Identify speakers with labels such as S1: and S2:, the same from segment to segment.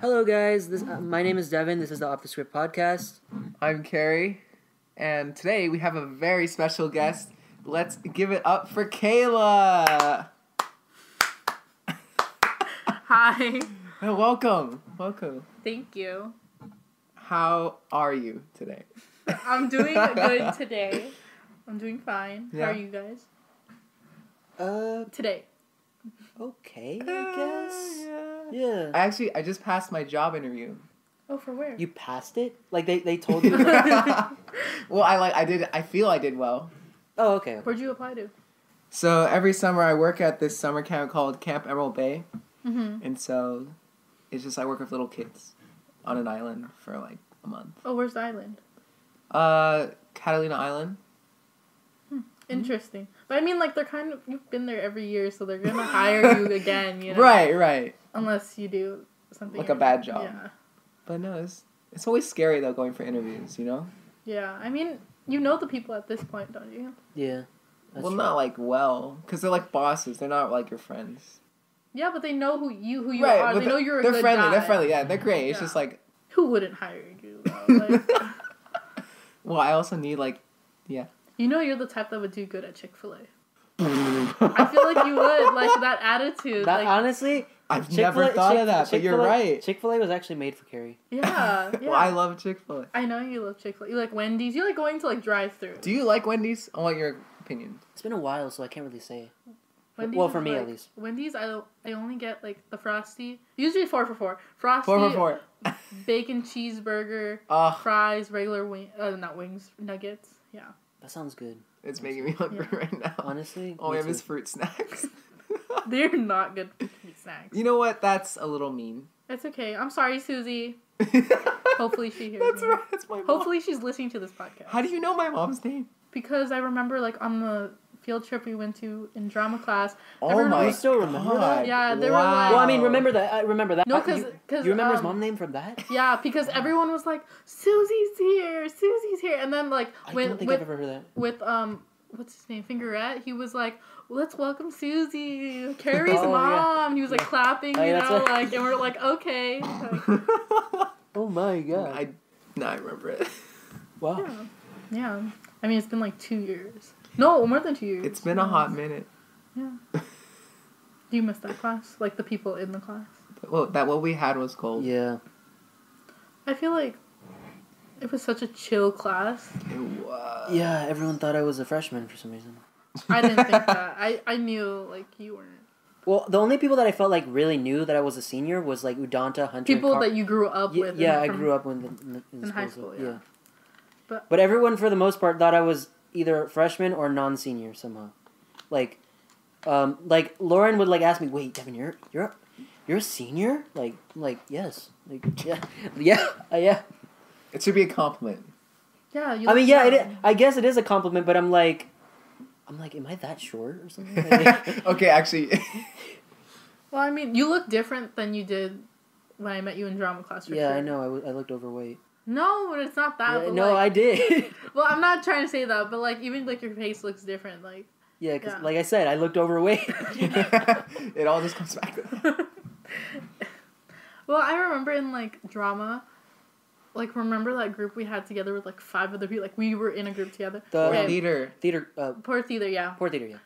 S1: Hello, guys. This uh, my name is Devin. This is the Off the Script podcast.
S2: I'm Carrie, and today we have a very special guest. Let's give it up for Kayla.
S3: Hi.
S2: Well, welcome, welcome.
S3: Thank you.
S2: How are you today?
S3: I'm doing good today. I'm doing fine.
S2: Yeah.
S3: How are you guys?
S1: Uh,
S3: Today.
S1: okay,
S2: Uh,
S1: I guess.
S2: yeah.
S1: Ah, Yeah.
S2: Actually, I just passed my job interview.
S3: Oh, for where?
S1: You passed it? Like they, they told you? like-
S2: well, I like I did. I feel I did well.
S1: oh, okay.
S3: Where'd you apply to?
S2: So every summer I work at this summer camp called Camp Emerald Bay,
S3: Mm-hmm.
S2: and so it's just I work with little kids on an island for like a month.
S3: Oh, where's the island?
S2: Mm-hmm. Uh, Catalina Island.
S3: Interesting. But I mean, like, they're kind of, you've been there every year, so they're going to hire you again, you know?
S2: Right, right.
S3: Unless you do something.
S2: Like a bad job.
S3: Yeah.
S2: But no, it's it's always scary though going for interviews. You know.
S3: Yeah. I mean, you know the people at this point, don't you?
S1: Yeah. That's
S2: well,
S1: true.
S2: not like well, because they're like bosses. They're not like your friends.
S3: Yeah, but they know who you who you
S2: right,
S3: are.
S2: but
S3: They know you're a
S2: they're
S3: good
S2: friendly.
S3: guy.
S2: They're friendly. Yeah, they're great. It's
S3: Yeah.
S2: just like,
S3: Who wouldn't hire you? Though? Like,
S2: well, I also need like, yeah.
S3: you know you're the type that would do good at Chick Fil A. I
S2: I
S3: feel like you would like that attitude.
S1: That
S3: like,
S1: honestly,
S2: I've
S1: Chick-fil-A-
S2: never thought
S1: Chick-
S2: of that, but you're
S1: Chick-fil-A-
S2: right.
S1: Chick-fil-A was actually made for Carrie.
S3: yeah, yeah.
S2: well, I love Chick Fil A.
S3: I know you love Chick Fil A. You like Wendy's. You like going to like drive through.
S2: Do you like Wendy's? I want your opinion.
S1: It's been a while, so I can't really say. well, for me, at least.
S3: Wendy's, I I only get like the frosty. Usually four for four. Frosty,
S2: Four Ah, for four.
S3: bacon cheeseburger,
S2: Ugh,
S3: fries, regular wing, uh, not wings, nuggets. Yeah.
S1: That sounds good.
S2: it's making me hungry
S3: Yeah.
S2: right now.
S1: Honestly.
S2: All
S1: me
S2: we have
S1: too.
S2: is fruit snacks.
S3: They're not good snacks.
S2: you know what? That's a little mean.
S3: It's okay. I'm sorry, Susie.
S2: Hopefully
S3: she hears
S2: That's
S3: me.
S2: right. That's my mom.
S3: Hopefully, she's listening to this podcast.
S2: How do you know my mom's name?
S3: because I remember like on the field trip we went to in drama class.
S2: Oh
S3: Everyone
S2: my.
S1: You still remember that?
S2: God.
S3: Yeah, they were
S2: Wow.
S3: like-
S1: Well, I mean, remember that. I remember that.
S3: No, um,
S1: I-
S3: because
S1: Uh, you, you remember his mom name from that?
S3: Yeah, because everyone was like, "Susie's here, Susie's here," and then like
S1: I
S3: when
S1: don't think
S3: with
S1: I've ever heard that.
S3: with um what's his name Fingerette, he was like, "Let's welcome Susie, Carrie's
S1: Oh, yeah.
S3: mom." He was like
S1: Yeah.
S3: clapping,
S1: Oh,
S3: you
S1: yeah, that's
S3: know,
S1: right.
S3: like, and we're like, "Okay." Like,
S1: Oh my god!
S2: I no, I remember it.
S1: wow.
S3: yeah, yeah. I mean, it's been like two years. No, more than two years.
S2: It's been a hot minute.
S3: Do you miss that class? Like the people in the class?
S2: Well, that what we had was cold.
S1: Yeah.
S3: I feel like it was such a chill class.
S2: It was.
S1: Yeah, everyone thought I was a freshman for some reason.
S3: I didn't think that. I, I knew like you weren't.
S1: Well, the only people that I felt like really knew that I was a senior was like Udanta, Hunter.
S3: People that you grew up with.
S1: Yeah,
S3: and
S1: I
S3: from-
S1: grew up with in, the, in, the
S3: in high
S1: so-
S3: school, yeah.
S1: But,
S3: But-
S1: everyone, for the most part, thought I was either freshman or non-senior somehow. Like, um, like Lauren would like ask me, "Wait, Devin, you're you're you're a senior?" Like, I'm like yes, like yeah, yeah, uh, yeah.
S2: It should be a compliment.
S3: Yeah, you
S1: I mean,
S3: look
S1: yeah, it,
S3: young.
S1: i- I guess it is a compliment, but I'm like, I'm like, am I that short or something? Like,
S2: okay, actually,
S3: Well, I mean, you look different than you did when I met you in drama class. For
S1: yeah,
S3: sure.
S1: I know. I, w- I looked overweight.
S3: No, but it's not that.
S1: Yeah,
S3: but,
S1: no,
S3: like-
S1: I did.
S3: Well, I'm not trying to say that, but like even like your face looks different. Like,
S1: yeah, because
S3: Yeah.
S1: like I said, I looked overweight.
S2: it all just comes back. to that.
S3: well, I remember in like drama. Like remember that group we had together with like five other people. Like we were in a group together.
S1: The-
S2: Or
S1: Okay.
S2: leader.
S1: theater, uh,
S3: Poor theater, yeah.
S1: poor theater. Yeah.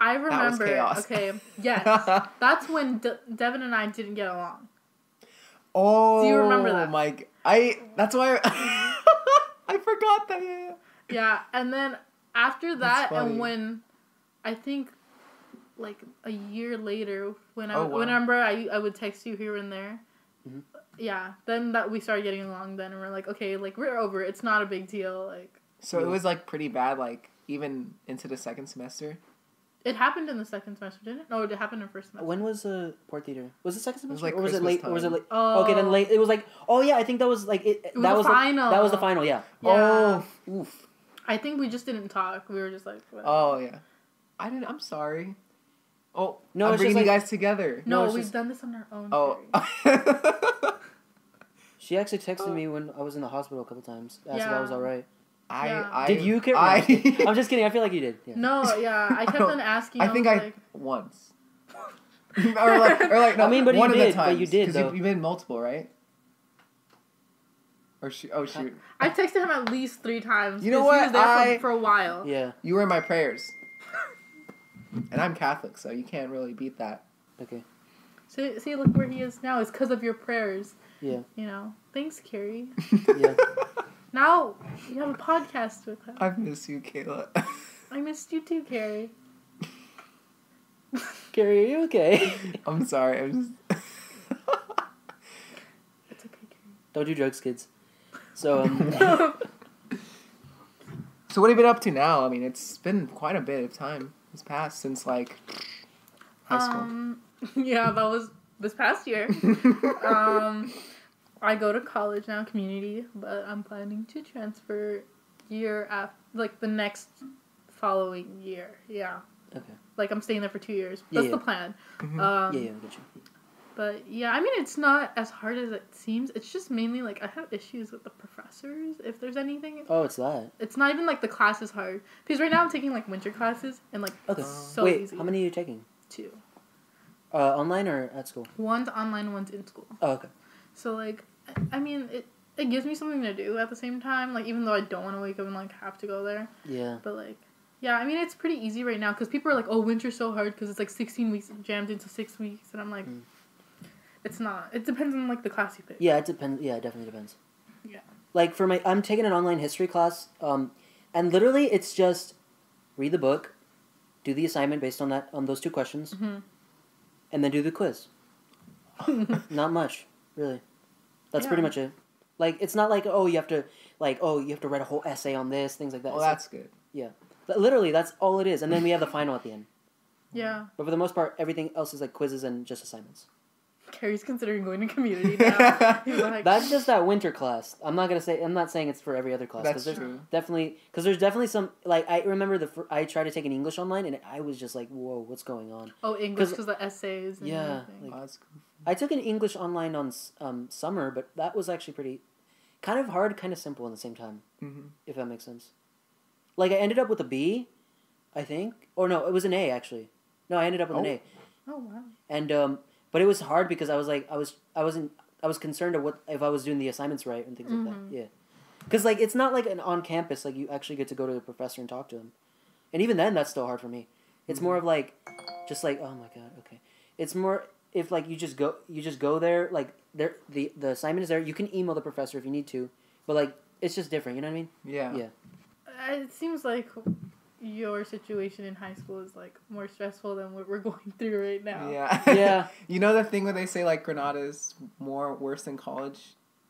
S3: I
S2: was
S3: remember.
S2: chaos.
S3: Okay, yes, that's when De- Devin and I didn't get along.
S2: oh,
S3: Do you remember that?
S2: My, g- I. That's why. I, I forgot that. yeah, yeah.
S3: Yeah, and then after
S2: That's
S3: that,
S2: funny.
S3: and when I think like a year later, when I
S2: Oh, wow. Mm-hmm.
S3: whenever I I would text you here and there.
S1: Mhm.
S3: Yeah, then that we started getting along. Then and we're like, okay, like we're over. it. It's not a big deal. Like
S2: So it
S1: Yeah.
S2: was like pretty bad. Like even into the second semester.
S3: it happened in the second semester, didn't it? No, it happened in first semester.
S1: When was uh, poor theater? Was it second semester?
S2: like
S1: or was it
S2: Christmas
S1: late? Or was it
S2: time.
S1: late?
S3: Oh,
S1: Okay, then late. It was like, oh yeah, I think that was like it.
S3: was
S1: that
S3: the
S1: was
S3: final.
S1: The, that was the final. Yeah.
S3: Yeah.
S2: Oh, oof.
S3: I think we just didn't talk. We were just like, what?
S2: Oh yeah. I didn't. I'm sorry. Oh
S1: No,
S2: no! I'm
S1: it's just
S2: bringing you
S1: like-
S2: guys together.
S1: no,
S3: no,
S1: it's
S3: we've
S1: just-
S3: done this on our own.
S2: Oh.
S3: Carrie.
S1: She actually texted
S2: Oh.
S1: me when I was in the hospital a couple times. Asked if I
S3: Yeah.
S1: was all right.
S2: I,
S3: Yeah.
S2: I
S1: Did you care-
S2: I,
S1: I'm just kidding. I feel like you did. Yeah.
S3: no, yeah, I kept on asking.
S2: I think
S3: was
S2: I
S3: like,
S2: once. or like, or like, no,
S1: I mean, but you
S2: one of
S1: did,
S2: the
S1: but
S2: times.
S1: you did,
S2: 'Cause
S1: though.
S2: You've been multiple, right? Or she, oh shoot,
S3: I texted him at least three times.
S2: You know
S3: 'cause He
S2: what?
S3: was there
S2: I-
S3: for, for a while.
S1: Yeah.
S2: you were in my prayers. And I'm Catholic, so you can't really beat that.
S1: Okay.
S3: See, see, look where he is now. It's because of your prayers.
S1: Yeah.
S3: You know. Thanks, Carrie.
S1: Yeah.
S3: Now you have a podcast with him.
S2: I've missed you, Kayla.
S3: I missed you too, Carrie.
S1: Carrie, are you okay?
S2: I'm sorry. I'm just.
S3: It's okay, Carrie.
S1: Don't do drugs, kids. So um,
S2: so what have you been up to now? I mean, it's been quite a bit of time has passed since like high school.
S3: um, yeah, that was this past year. um, I go to college now, community, but I'm planning to transfer year after, like the next following year. Yeah.
S1: Okay.
S3: Like I'm staying there for two years.
S1: Yeah,
S3: That's the
S1: yeah. Mm-hmm.
S3: plan.
S2: Mhm.
S3: Um,
S1: yeah, yeah, I get you.
S3: But yeah, I mean, it's not as hard as it seems. It's just mainly like I have issues with the professors. If there's anything,
S1: Oh, it's that.
S3: it's not even like the class is hard because right now I'm taking like winter classes and like
S1: Okay.
S3: so
S1: Wait,
S3: easy.
S1: how many are you taking?
S3: Two.
S1: Uh, online or at school?
S3: One's online, one's in school.
S1: Oh, okay.
S3: So like, I, I mean, it it gives me something to do at the same time. Like even though I don't want to wake up and like have to go there,
S1: Yeah.
S3: but like, yeah, I mean it's pretty easy right now because people are like, oh, winter's so hard because it's like sixteen weeks jammed into six weeks, and I'm like,
S1: Mm.
S3: it's not. It depends on like the class you pick.
S1: Yeah, it depends. Yeah, it definitely depends.
S3: Yeah.
S1: Like for my, I'm taking an online history class, um, and literally it's just read the book, do the assignment based on that on those two questions,
S3: Mhm.
S1: and then do the quiz. not much, really. That's
S3: Yeah.
S1: pretty much it. Like it's not like oh you have to like oh you have to write a whole essay on this things like that.
S2: well,
S1: It's
S2: that's good.
S1: like- literally that's all it is, and then we have the final at the end.
S3: Yeah.
S1: But for the most part, everything else is like quizzes and just assignments.
S3: Carrie's considering going to community now. He's like,
S1: That's just that winter class. I'm not gonna say. I'm not saying it's for every other class. 'cause there's
S2: That's true.
S1: Definitely, because there's definitely some. Like I remember the fir- I tried to take an English online, and I was just like, "Whoa, what's going on?"
S3: oh, English
S1: 'cause-
S3: because the essays. And
S1: Yeah,
S3: everything.
S1: like-
S2: Oh, that's cool.
S1: I took an English online on s- um, summer, but that was actually pretty, kind of hard, kind of simple at the same time.
S2: Mhm.
S1: If that makes sense. Like I ended up with a B, I think, or no, it was an A actually. No, I ended up with an
S2: Oh.
S1: A.
S3: oh wow.
S1: and um, but it was hard because I was like I was I wasn't I was concerned of what if I was doing the assignments right and things like
S3: Mhm.
S1: that. Yeah, because like it's not like an on campus like you actually get to go to the professor and talk to him, and even then that's still hard for me. It's more of like, just like oh my god okay. It's more if like you just go you just go there like there the the assignment is there you can email the professor if you need to, but like it's just different. You know what I mean?
S2: Yeah.
S1: Yeah.
S3: Uh, It seems like your situation in high school is like more stressful than what we're going through right now.
S2: Yeah.
S1: Yeah.
S2: you know the thing where they say like Granada is more worse than college.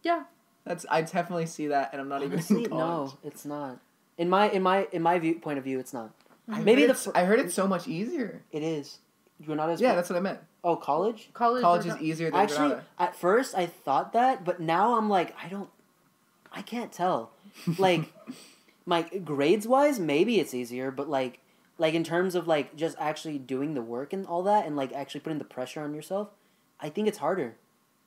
S3: Yeah.
S2: That's I definitely see that, and I'm not
S1: Honestly,
S2: even in college.
S1: no, it's not. In my in my in my view point of view, it's not.
S2: I
S3: Mm-hmm.
S1: Maybe
S2: heard
S1: the
S2: it's-
S1: fir-
S2: I heard it's so much easier.
S1: It is. You're not as
S2: Yeah, that's what I meant.
S1: oh college. e-
S3: College,
S2: College
S3: or
S2: is
S3: not-
S2: easier than
S1: Actually,
S2: Granada.
S1: at first I thought that, but now I'm like, I don't, I can't tell. Like, my grades wise, maybe it's easier, but like, like in terms of like just actually doing the work and all that, and like actually putting the pressure on yourself, I think it's harder.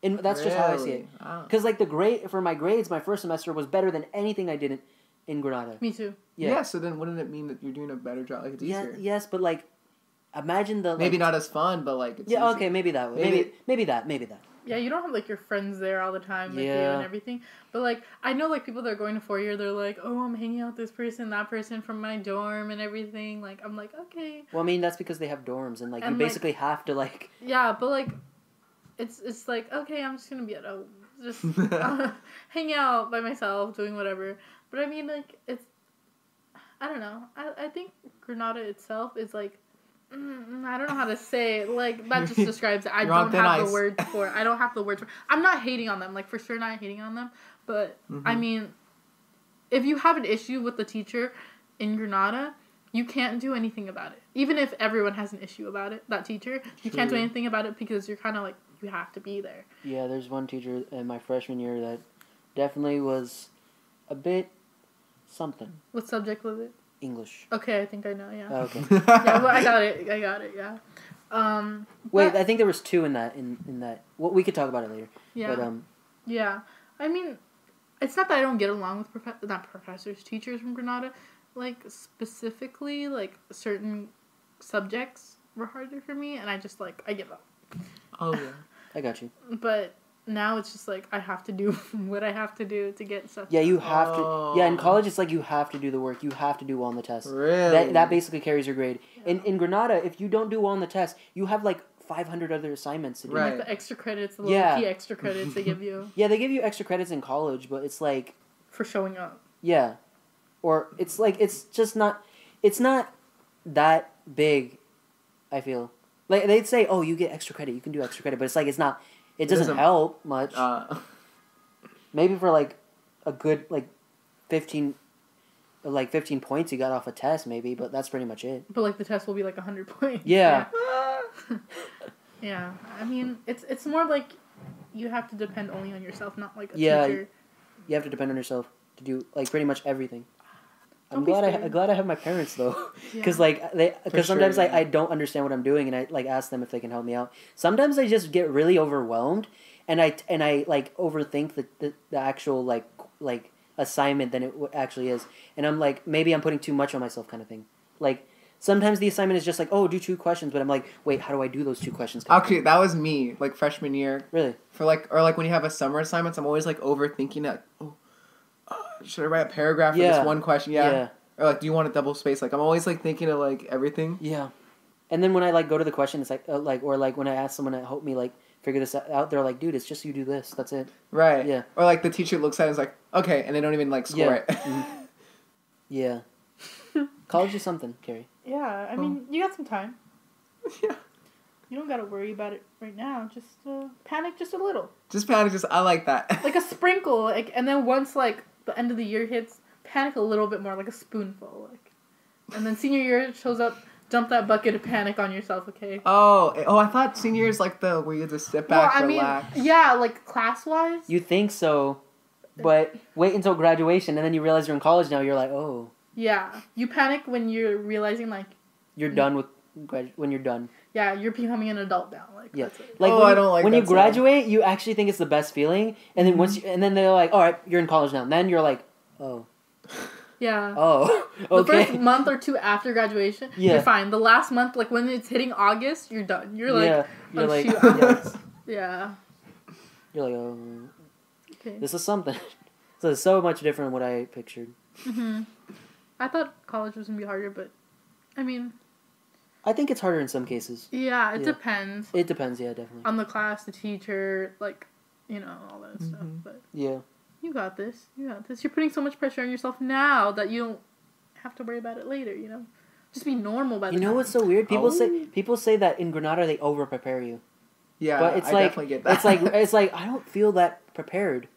S1: And that's just how I see it.
S2: Really? Ah.
S1: Because like the grade for my grades, my first semester was better than anything I did in, in Granada.
S3: Me too.
S1: Yeah.
S2: Yeah. So then, wouldn't it mean that you're doing a better job? Like it's
S1: Yeah.
S2: easier.
S1: Yes, but like, imagine the
S2: Maybe
S1: like-
S2: not as fun, but like it's
S1: Yeah.
S2: easier.
S1: Okay. Maybe that way.
S2: Maybe-
S1: maybe maybe that. Maybe that.
S3: Yeah, you don't have like your friends there all the time with you
S1: Yeah.
S3: and everything. But like, I know like people that are going to four year, they're like, oh, I'm hanging out with this person, that person from my dorm and everything. Like, I'm like, okay.
S1: Well, I mean, that's because they have dorms, and like
S3: And,
S1: you
S3: like-
S1: basically have to like.
S3: Yeah, but like, it's it's like okay, I'm just gonna be at home, just uh, hang out by myself, doing whatever. But I mean, like, it's I don't know. I I think Granada itself is like. Mm, I don't know how to say it. Like that just describes it. I
S2: You're on
S3: don't
S2: thin
S3: have
S2: ice.
S3: the words for. it. I don't have the words for. it. I'm not hating on them. Like for sure, not hating on them. But I
S2: Mhm.
S3: mean, if you have an issue with the teacher in Granada, you can't do anything about it. Even if everyone has an issue about it, that teacher, you can't do
S2: True.
S3: anything about it because you're kind of like you have to be there.
S1: Yeah, there's one teacher in my freshman year that definitely was a bit something
S3: What subject was it?
S1: English.
S3: Okay, I think I know. Yeah.
S1: Oh, okay.
S3: yeah, well, I got it. I got it. Yeah. Um.
S1: Wait,
S3: but-
S1: I think there was two in that in in that. Well, we could talk about it later.
S3: yeah.
S1: But um,
S3: Yeah. I mean, it's not that I don't get along with prof- not professors, teachers from Granada. Like, specifically, like, certain subjects were harder for me, and I just, like, I give up.
S2: oh yeah.
S1: I got you.
S3: But now it's just like I have to do what I have to do to get stuff.
S1: Yeah, you
S3: done.
S1: have to. Yeah, in
S2: Oh.
S1: college, it's like you have to do the work. You have to do well on the test.
S2: Really?
S1: That, that basically carries your grade. In, in Granada, if you don't do well on the test, you have like 500 other assignments to do.
S2: Right.
S3: Like the extra credits, the little
S1: Yeah.
S3: key extra credits they give you
S1: Yeah, they give you extra credits in college, but it's like,
S3: for showing up.
S1: yeah. Or it's like, it's just not, it's not that big, I feel. Like, they'd say, oh, you get extra credit, you can do extra credit, but it's like, it's not, it doesn't,
S2: doesn't-
S1: help much.
S2: Uh,
S1: Maybe for like a good, like 15, like 15 points you got off a test, maybe, but that's pretty much it.
S3: But like the test will be like hundred points.
S1: Yeah.
S3: Yeah. Yeah. I mean, it's it's more like you have to depend only on yourself, not like a
S1: Yeah,
S3: teacher.
S1: You have to depend on yourself to do, like, pretty much everything. I'm
S3: Don't be
S1: glad I,
S3: scared.
S1: I'm glad I have my parents though,
S3: Yeah.
S1: because like they because sometimes
S2: sure,
S1: like
S2: yeah.
S1: I don't understand what I'm doing and I like ask them if they can help me out. Sometimes I just get really overwhelmed and I and I like overthink the the, the actual like like assignment than it w- actually is, and I'm like maybe I'm putting too much on myself kind of thing. Like sometimes the assignment is just like oh do two questions, but I'm like wait how do I do those two questions? kind of
S2: okay, that was me. Like freshman year,
S1: thing. really
S2: for like or like when you have a summer assignments, I'm always like overthinking that. Oh, uh, should I write a paragraph for
S1: Yeah.
S2: this one question? Yeah. Or like, do you want a double space? Like, I'm always like thinking of like everything.
S1: Yeah, and then when I like go to the question, it's like uh, like or like when I ask someone to help me like figure this out, they're like dude it's just you do this that's it.
S2: Right.
S1: Yeah.
S2: Or like the teacher looks at it and is like, okay, and they don't even like score
S1: Yeah.
S2: it.
S1: Mhm. Yeah. College is something, Carrie.
S3: Yeah, I
S2: Cool.
S3: mean, you got some time.
S2: yeah.
S3: You don't got to worry about it right now. Just uh, panic just a little,
S2: Just panic. Just I like that.
S3: like a sprinkle, like, and then once like the end of the year hits, panic a little bit more, like a spoonful, like. And then senior year shows up, dump that bucket of panic on yourself, okay?
S2: oh eh, oh, I thought senior is like the where you just sit back, relax.
S3: yeah, like class wise.
S1: You think so, but wait until graduation, and then you realize you're in college now. You're like, oh,
S3: yeah, you panic when you're realizing like,
S1: you're
S3: Mm.
S1: done with grad- when you're done.
S3: yeah, you're becoming an adult now, like.
S1: Yeah.
S3: that's it.
S1: Like
S2: Oh,
S1: when
S2: I
S1: you-
S2: don't like
S1: when
S2: that
S1: you
S2: term.
S1: graduate, you actually think it's the best feeling, and then once you,
S3: Mm-hmm.
S1: and then they're like, all right, you're in college now. And then you're like, oh,
S3: Yeah.
S1: oh,
S3: The
S1: okay,
S3: first month or two after graduation,
S1: Yeah.
S3: you're fine. The last month, like when it's hitting August, you're done. You're like,
S1: yeah,
S3: yeah,
S1: you're
S3: oh,
S1: like,
S3: shoot,
S1: yeah. you're like, oh,
S3: okay.
S1: this is something. So it's so much different than what I pictured.
S3: hmm I thought college was gonna be harder, but I mean,
S1: I think it's harder in some cases.
S3: yeah, it
S1: Yeah.
S3: depends
S1: It depends, yeah, definitely.
S3: on the class, the teacher, like, you know, all that stuff.
S1: Mm-hmm.
S2: Mhm.
S3: But
S1: Yeah,
S3: you got this. You got this. You're putting so much pressure on yourself now that you don't have to worry about it later. You know, just be normal by the
S1: you know
S3: time.
S1: what's so weird? People say
S2: Oh.
S1: people say that in Granada they over prepare you.
S2: Yeah.
S1: but it's
S2: I
S1: like
S2: definitely get that.
S1: it's like eh, it's like I don't feel that prepared.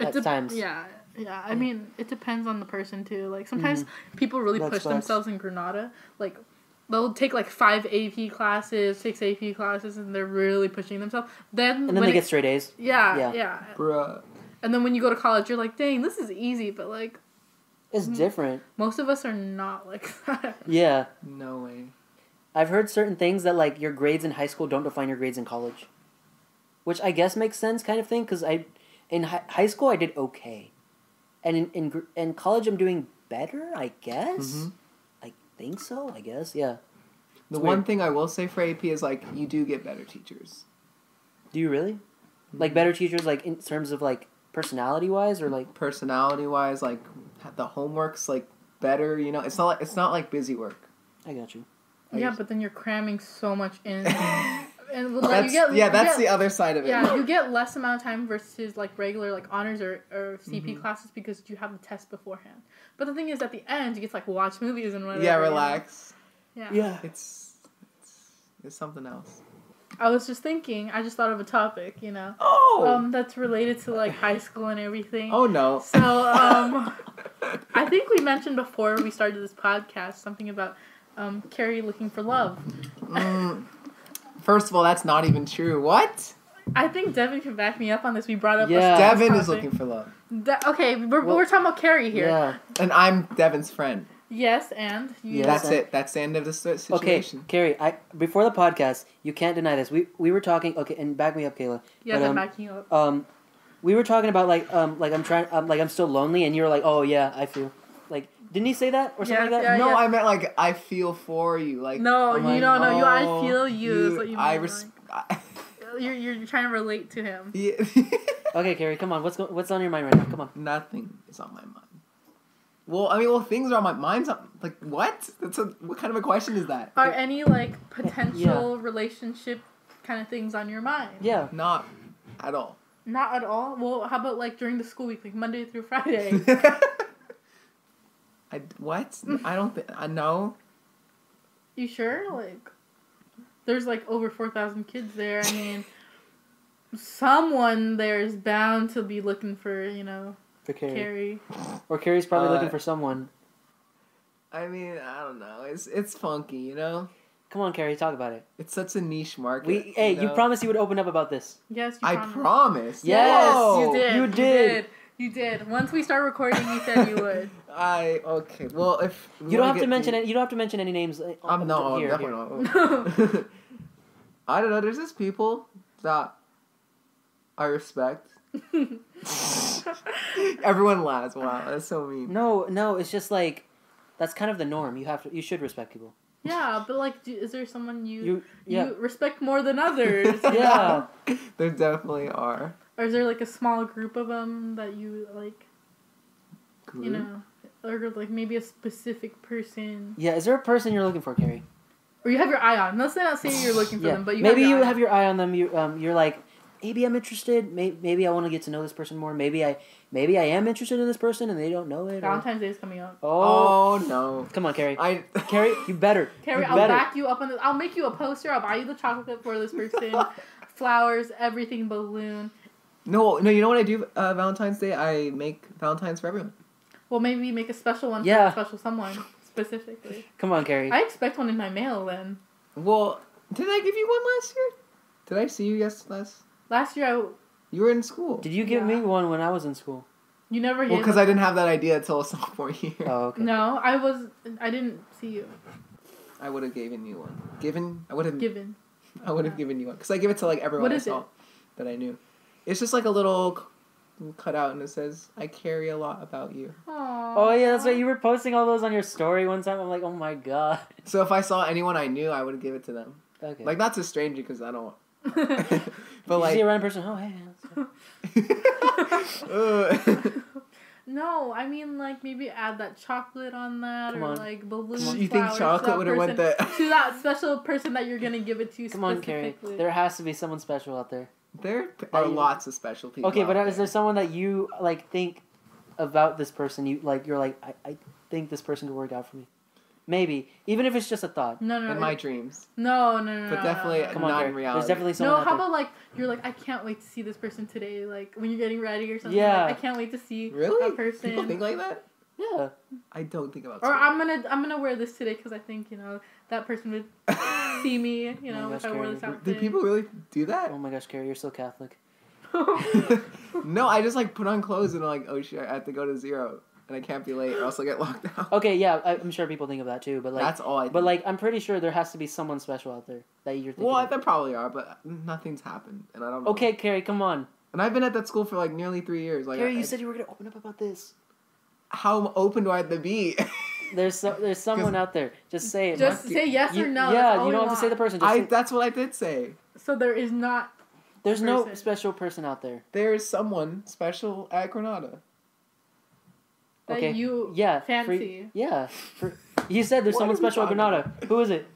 S3: It
S1: at
S3: dep-
S1: times. Mm.
S3: Yeah, yeah. I mean, it depends on the person too. Like sometimes people really
S1: Mm-hmm. That's
S3: push
S1: facts.
S3: themselves in Granada. Like they'll take like five AP classes, six AP classes, and they're really pushing themselves. Then
S1: And then
S3: when
S1: they
S3: it-
S1: get straight A's.
S3: yeah,
S1: yeah.
S3: yeah,
S2: Bruh.
S3: And then when you go to college, you're like, dang, this is easy. But like
S1: It's
S3: Mhm.
S1: different.
S3: most of us are not like that.
S1: Yeah.
S2: No way.
S1: I've heard certain things that like your grades in high school don't define your grades in college. Which I guess makes sense kind of thing cuz I in hi- high school I did okay. And in in, gr- in college I'm doing better, I guess.
S2: Mhm.
S1: I think so, I guess. Yeah.
S2: The
S1: It's
S2: one
S1: weird.
S2: thing I will say for AP is like you do get better teachers.
S1: Do you really?
S2: Mm-hmm.
S1: Like better teachers like in terms of like personality wise or like
S2: personality wise, like the homework's like better. You know, it's not like it's not like busy work.
S1: I got you. I
S3: yeah,
S1: guess-
S3: but then you're cramming so much in,
S2: that's,
S3: and like, you get
S2: yeah,
S3: you
S2: that's
S3: get-
S2: the other side of it.
S3: Yeah, you get less amount of time versus like regular like honors or, or CP
S2: Mm-hmm.
S3: classes because you have the test beforehand. But the thing is, at the end, you get to like watch movies and whatever.
S2: yeah,
S3: you know?
S2: relax.
S3: Yeah.
S1: yeah.
S2: It's, it's it's something else.
S3: I was just thinking. I just thought of a topic, you know,
S2: Oh,
S3: um, that's related to like high school and everything.
S2: oh no.
S3: So um, I think we mentioned before we started this podcast something about um, Carrie looking for love.
S2: Mm. first of all, that's not even true. What?
S3: I think Devin can back me up on this. We brought up a
S1: Yeah.
S3: this
S2: Devin is
S3: topic.
S2: looking for love,
S3: De- okay, we're,
S1: Well-
S3: we're talking about Carrie here.
S1: Yeah.
S2: and I'm Devin's friend.
S3: Yes, and you
S1: Yeah.
S2: that's
S1: so-
S2: it. That's the end of the si-
S1: Okay,
S2: situation.
S1: Carrie, I before the podcast, you can't deny this. We we were talking. Okay, and back me up, Kayla.
S3: Yeah,
S1: But,
S3: they're
S1: um,
S3: backing up.
S1: Um, we were talking about like um like I'm trying um, like I'm still lonely, and you were like, oh yeah, I feel like didn't he say that or something like
S3: Yeah,
S1: that?
S3: yeah,
S2: No,
S3: yeah.
S2: I meant like I feel for you. Like
S3: No,
S1: I'm
S3: you
S1: like,
S3: don't know. You, I
S2: oh,
S3: feel you. is what you
S2: I
S3: mean,
S2: res-
S3: like- you're, you're trying to relate to him.
S2: Yeah.
S1: Okay, Carrie, come on. What's go- what's on your mind right now? Come on.
S2: Nothing is on my mind. Well, I mean, well, things are on my mind's on, like what? That's a what kind of a question is that?
S3: Are any like potential relationship kind of things on your mind?
S1: Yeah.
S2: Not at all.
S3: Not at all. Well, how about like during the school week, like Monday through Friday?
S2: I what? I don't think I know.
S3: you sure? Like, there's like over four thousand kids there. I mean, someone there is bound to be looking for you know
S1: For Carrie.
S3: Carrie.
S1: Or Carrie's probably
S2: Uh,
S1: looking for someone.
S2: I mean, I don't know. It's it's funky, you know.
S1: Come on, Carrie, talk about it.
S2: It's such a niche market.
S1: We hey, you
S2: know?
S1: promised you would open up about this.
S3: Yes, you
S2: I Oh,
S3: promised.
S2: promised.
S1: Yes,
S2: Whoa!
S3: You did.
S1: You
S3: You
S1: did.
S3: did. You did. Once we start recording, you said you would.
S2: I okay. Well, if we
S1: You don't
S2: wanna
S1: have to
S2: get
S1: mention
S2: deep-
S1: any, you don't have to mention any names. uh,
S2: I'm no,
S1: here,
S2: I'm
S1: here.
S2: definitely not. I don't know. There's just people that I respect. Everyone laughs. Wow, that's so mean.
S1: No, no, it's just like that's kind of the norm. You have to you should respect people.
S3: yeah, but like, do, is there someone you you,
S1: You yeah.
S3: respect more than others?
S1: yeah.
S2: There definitely are.
S3: Or is there like a small group of them that you like?
S2: Group.
S3: You know, or like maybe a specific person,
S1: Yeah, is there a person you're looking for, Carrie?
S3: or you have your eye on. Let's not say you're looking for
S1: Yeah.
S3: them, but you
S1: maybe you
S3: your eye
S1: have
S3: on.
S1: your eye on them. You um you're like maybe I'm interested. Maybe, maybe I want to get to know this person more. Maybe I maybe I am interested in this person and they don't know it. Or,
S3: Valentine's Day is coming up.
S1: oh,
S2: Oh no.
S1: come on, Carrie.
S2: I
S1: Carrie, you better.
S3: Carrie,
S1: you
S3: I'll
S1: better.
S3: back you up on this. I'll make you a poster. I'll buy you the chocolate for this person, flowers, everything, balloon.
S2: No, no. You know what I do? Uh, Valentine's Day, I make Valentine's for everyone.
S3: Well, maybe make a special one
S1: Yeah.
S3: for a special someone specifically.
S1: Come on, Carrie.
S3: I expect one in my mail then.
S2: Well, did I give you one last year? Did I see you yes last?
S3: Last year, I,
S2: You were in school.
S1: Did you give
S3: Yeah.
S1: me one when I was in school?
S3: you never
S2: well,
S3: hit.
S2: because I didn't have that idea until sophomore year.
S1: Oh, okay.
S3: No, I was. I didn't see you
S2: I would have given you one. Given? I would have.
S3: given.
S2: I would have given you one because I give it to like everyone
S3: What
S2: I
S3: is
S2: saw
S3: it?
S2: that I knew. It's just like a little c- cutout, and it says, "I carry a lot about you."
S3: Aww.
S1: Oh yeah, that's right. You were posting all those on your story one time. I'm like, oh my god.
S2: So if I saw anyone I knew, I would give it to them.
S1: Okay.
S2: Like not to stranger because I don't.
S1: Did
S2: but
S1: you see a
S2: like.
S1: random person. Oh hey. that's good."
S2: Ugh.
S3: no, I mean like maybe add that chocolate on that
S1: Come
S3: or
S1: on.
S3: like balloon.
S2: on. You think
S3: flowers to
S2: chocolate
S3: that
S2: would've went
S3: person-
S2: that-
S3: to that special person that you're gonna give it to?
S1: Come on, Carrie.
S3: specifically.
S1: There has to be someone special out there.
S2: there are lots of special people.
S1: Okay, but uh,
S2: out
S1: is there someone that you like think about this person? You like you're like I, I think this person could work out for me. Maybe even if it's just a thought.
S3: No, no,
S2: in
S3: no,
S2: my dreams.
S3: no, no, no, no,
S2: But
S3: no,
S2: definitely-
S3: no,
S1: Come on,
S2: Not in
S1: Carrie.
S2: reality.
S1: There's definitely someone.
S3: No,
S1: out
S3: how
S1: there.
S3: about like you're like I can't wait to see this person today. Like when you're getting ready or something.
S1: Yeah.
S3: Like, I can't wait to see
S2: Really?
S3: that person.
S2: People think like that?
S1: yeah.
S2: I don't think about.
S3: or
S2: school.
S3: I'm gonna I'm gonna wear this today because I think you know that person would see me. You know
S1: Oh my
S3: if
S1: gosh,
S3: I wore
S1: Carrie.
S3: this outfit.
S2: Do people really do that?
S1: Oh my gosh, Carrie, you're so Catholic.
S2: no, I just like put on clothes and I'm like, oh shit, I have to go to zero and I can't be late or else I will get locked out.
S1: Okay, yeah, I, I'm sure people think of that too. But Oh, like,
S2: That's all I.
S1: but like, I'm pretty sure there has to be someone special out there that you're thinking.
S2: well,
S1: of.
S2: I- there probably are, but nothing's happened and I don't. know.
S1: Okay, Carrie, come on.
S2: And I've been at that school for like nearly three years. Like,
S1: Carrie,
S2: Oh I-
S1: you said you were gonna open up about this.
S2: how open do I have to be?
S1: There's so, there's someone out there. Just say it.
S3: Just
S2: Must-
S3: say yes
S1: you,
S3: or no. that's
S1: Yeah,
S3: all
S1: you
S3: we
S1: don't have to say the
S3: want.
S1: person. Just
S2: I.
S1: say-
S2: That's what I did say.
S3: So there is not.
S1: there's no
S3: person.
S1: special person out there.
S2: There is someone special at Granada.
S3: That
S1: okay.
S3: you
S1: yeah.
S3: fancy.
S1: For, yeah. For, you said there's
S2: What
S1: someone
S2: are we
S1: special at
S2: talking
S1: Granada. Who is it?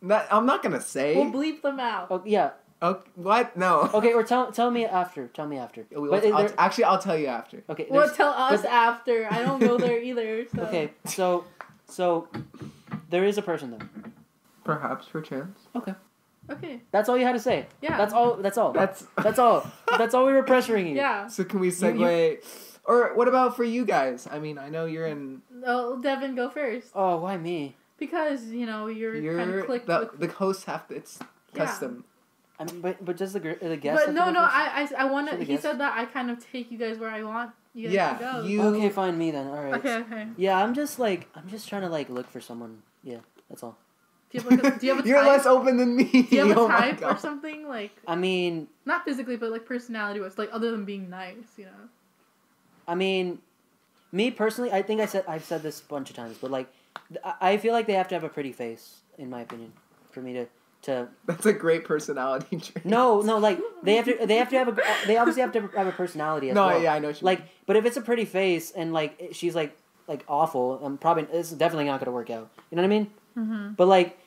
S2: Not, I'm not gonna say.
S3: We'll bleep them out.
S1: Oh, yeah.
S2: okay, what? No.
S1: Okay. Or tell tell me after. Tell me after.
S2: We'll-
S1: Oh, But is
S2: I'll-
S1: there-
S2: actually, I'll tell you after.
S1: okay.
S3: well,
S1: there's-
S3: tell us
S1: but-
S3: after. I don't go there either. So.
S1: Okay. So so there is a person though.
S2: Perhaps for chance.
S1: Okay.
S3: Okay.
S1: That's all you had to say.
S3: Yeah.
S1: That's all. That's all.
S2: That's
S1: That's all. That's all we were pressuring you.
S3: Yeah.
S2: So can we
S1: You-
S2: segue?
S1: you-
S2: Or what about for you guys? I mean, I know you're in.
S3: Oh, Devin, go first
S1: Oh, why me?
S3: because you know you're, kind
S2: You're
S3: of clicked.
S2: the,
S3: with-
S2: the hosts have to, it's
S3: Yeah.
S2: custom.
S1: I mean, but but does the gr- the guest? have
S3: but
S1: to
S3: no,
S1: go
S3: no,
S1: first?
S3: I, I, I want to.
S1: Should we
S3: He
S1: guess?
S3: said that I kind of take you guys where I want you guys to
S2: Yeah,
S3: go.
S2: you.
S1: Okay, fine, me then. All right.
S3: Okay, okay.
S1: Yeah, I'm just like I'm just trying to like look for someone. Yeah, that's all.
S3: Do you have, like a, do you have a
S2: You're
S3: type?
S2: less open than me.
S3: do you have a
S2: Oh my
S3: type or
S2: God.
S3: something like
S1: I mean,
S3: not physically, but like personality wise, like other than being nice, you know?
S1: I mean, me personally, I think I said I've said this a bunch of times, but like, th- I I feel like they have to have a pretty face, in my opinion, for me to to
S2: That's a great personality trait.
S1: no no like they have to they have to have a they obviously have to have a personality as
S2: No,
S1: well.
S2: yeah, I know. What you
S1: Like, but if it's a pretty face and like it- she's like like awful, I'm probably it's definitely not gonna work out. You know what I mean?
S3: Mm-hmm.
S1: But like,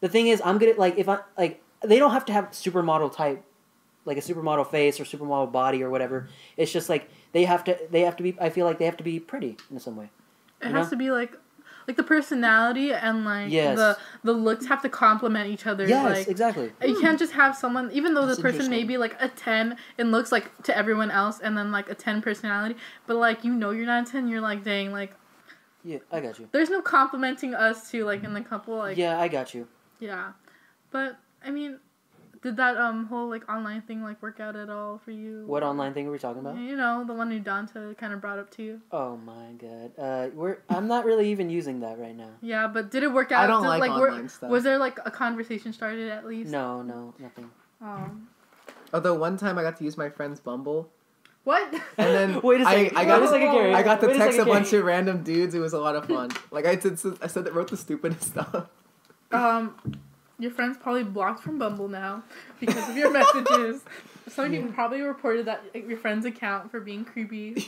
S1: the thing is, I'm gonna like if I like they don't have to have supermodel type, like a supermodel face or supermodel body or whatever. It's just like they have to they have to be. I feel like they have to be pretty in some way.
S3: It
S1: You
S3: has
S1: know?
S3: to be like, like the personality and like
S1: Yes.
S3: the the looks have to complement each other.
S1: yes,
S3: like,
S1: exactly.
S3: You can't just have someone, even though
S1: That's
S3: the person may
S1: interesting.
S3: be like a 10 and looks like to everyone else and then like a 10 personality, but like you know you're not a 10, you're like, dang, like
S1: Yeah, I got you.
S3: there's no complimenting us too, like in the couple, like, yeah.
S1: yeah, I got you.
S3: But I mean, did that um whole like online thing like work out at all for you?
S1: What online thing were we talking about?
S3: You know, the one who Danta kind of brought up to you.
S1: Oh my god. Uh, we're I'm not really even using that right now.
S3: Yeah, but did it work out?
S2: I don't
S3: Did,
S2: like
S3: were-
S2: online stuff.
S3: Was there like a conversation started at least?
S1: No, no, nothing.
S3: Um,
S2: Although one time I got to use my friend's Bumble,
S3: what?
S2: and then
S1: Wait a
S2: I-
S1: second.
S2: I
S1: wait
S2: got-
S1: a second, Gary.
S2: I got to
S1: Wait a
S2: text a
S1: second,
S2: bunch
S1: Gary.
S2: of random dudes. It was a lot of fun. like I did, I said that wrote the stupidest stuff.
S3: Um, your friend's probably blocked from Bumble now because of your messages. Somebody probably reported that your friend's account for being creepy.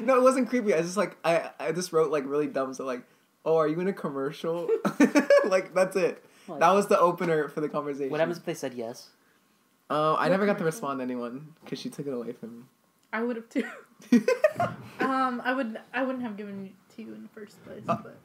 S2: no, it wasn't creepy. I just like I I just wrote like really dumb. So like, oh, are you in a commercial? like that's it.
S1: Like,
S2: That was the opener for the conversation.
S1: what happens if they said yes?
S2: Uh, I
S3: What
S2: never got to
S3: commercial?
S2: respond to anyone because she took it away from
S3: I would have too.
S2: me.
S3: Um, I would. I wouldn't have given it to you in the first place,
S2: Uh.
S3: but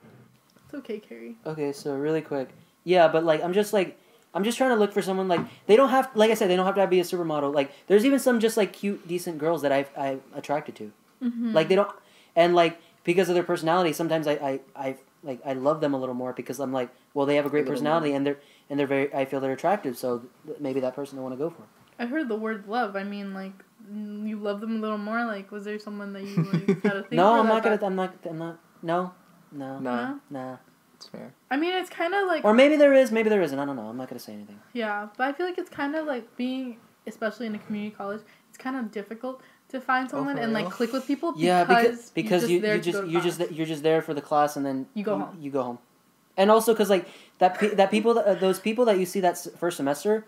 S3: it's okay, Carrie.
S1: Okay, so really quick. Yeah, but like I'm just like I'm just trying to look for someone like they don't have like I said they don't have to be a supermodel. Like there's even some just like cute decent girls that I I attracted to.
S3: Hmm.
S1: Like they don't and like because of their personality sometimes I I, I like I love them a little more because I'm like well they have a great
S2: little
S1: personality and they're and they're very I feel they're attractive so th- maybe that person I want to go for.
S3: I heard the word love. I mean, like mm, you love them a little more. Like, was there someone that you like, had a thing?
S1: no,
S3: for
S1: I'm
S3: that
S1: not gonna.
S3: back-
S1: I'm not. I'm not. No, no,
S2: No.
S3: No?
S1: nah.
S2: it's fair.
S3: I mean, it's kind of like
S1: Or maybe there is. Maybe there isn't. I don't know. I'm not gonna say anything.
S3: Yeah, but I feel like it's kind of like being, especially in a community college, it's kind of difficult to find
S2: for
S3: someone and like
S2: real?
S3: click with people
S1: Oh, Yeah, because
S3: you're
S1: because you
S3: there
S1: you
S3: to go
S1: just
S3: to
S1: you just
S3: class.
S1: you're just there for the class and then
S3: You go
S1: you,
S3: home.
S1: You go home, and also because like that pe- that people that, uh, those people that you see that s- first semester,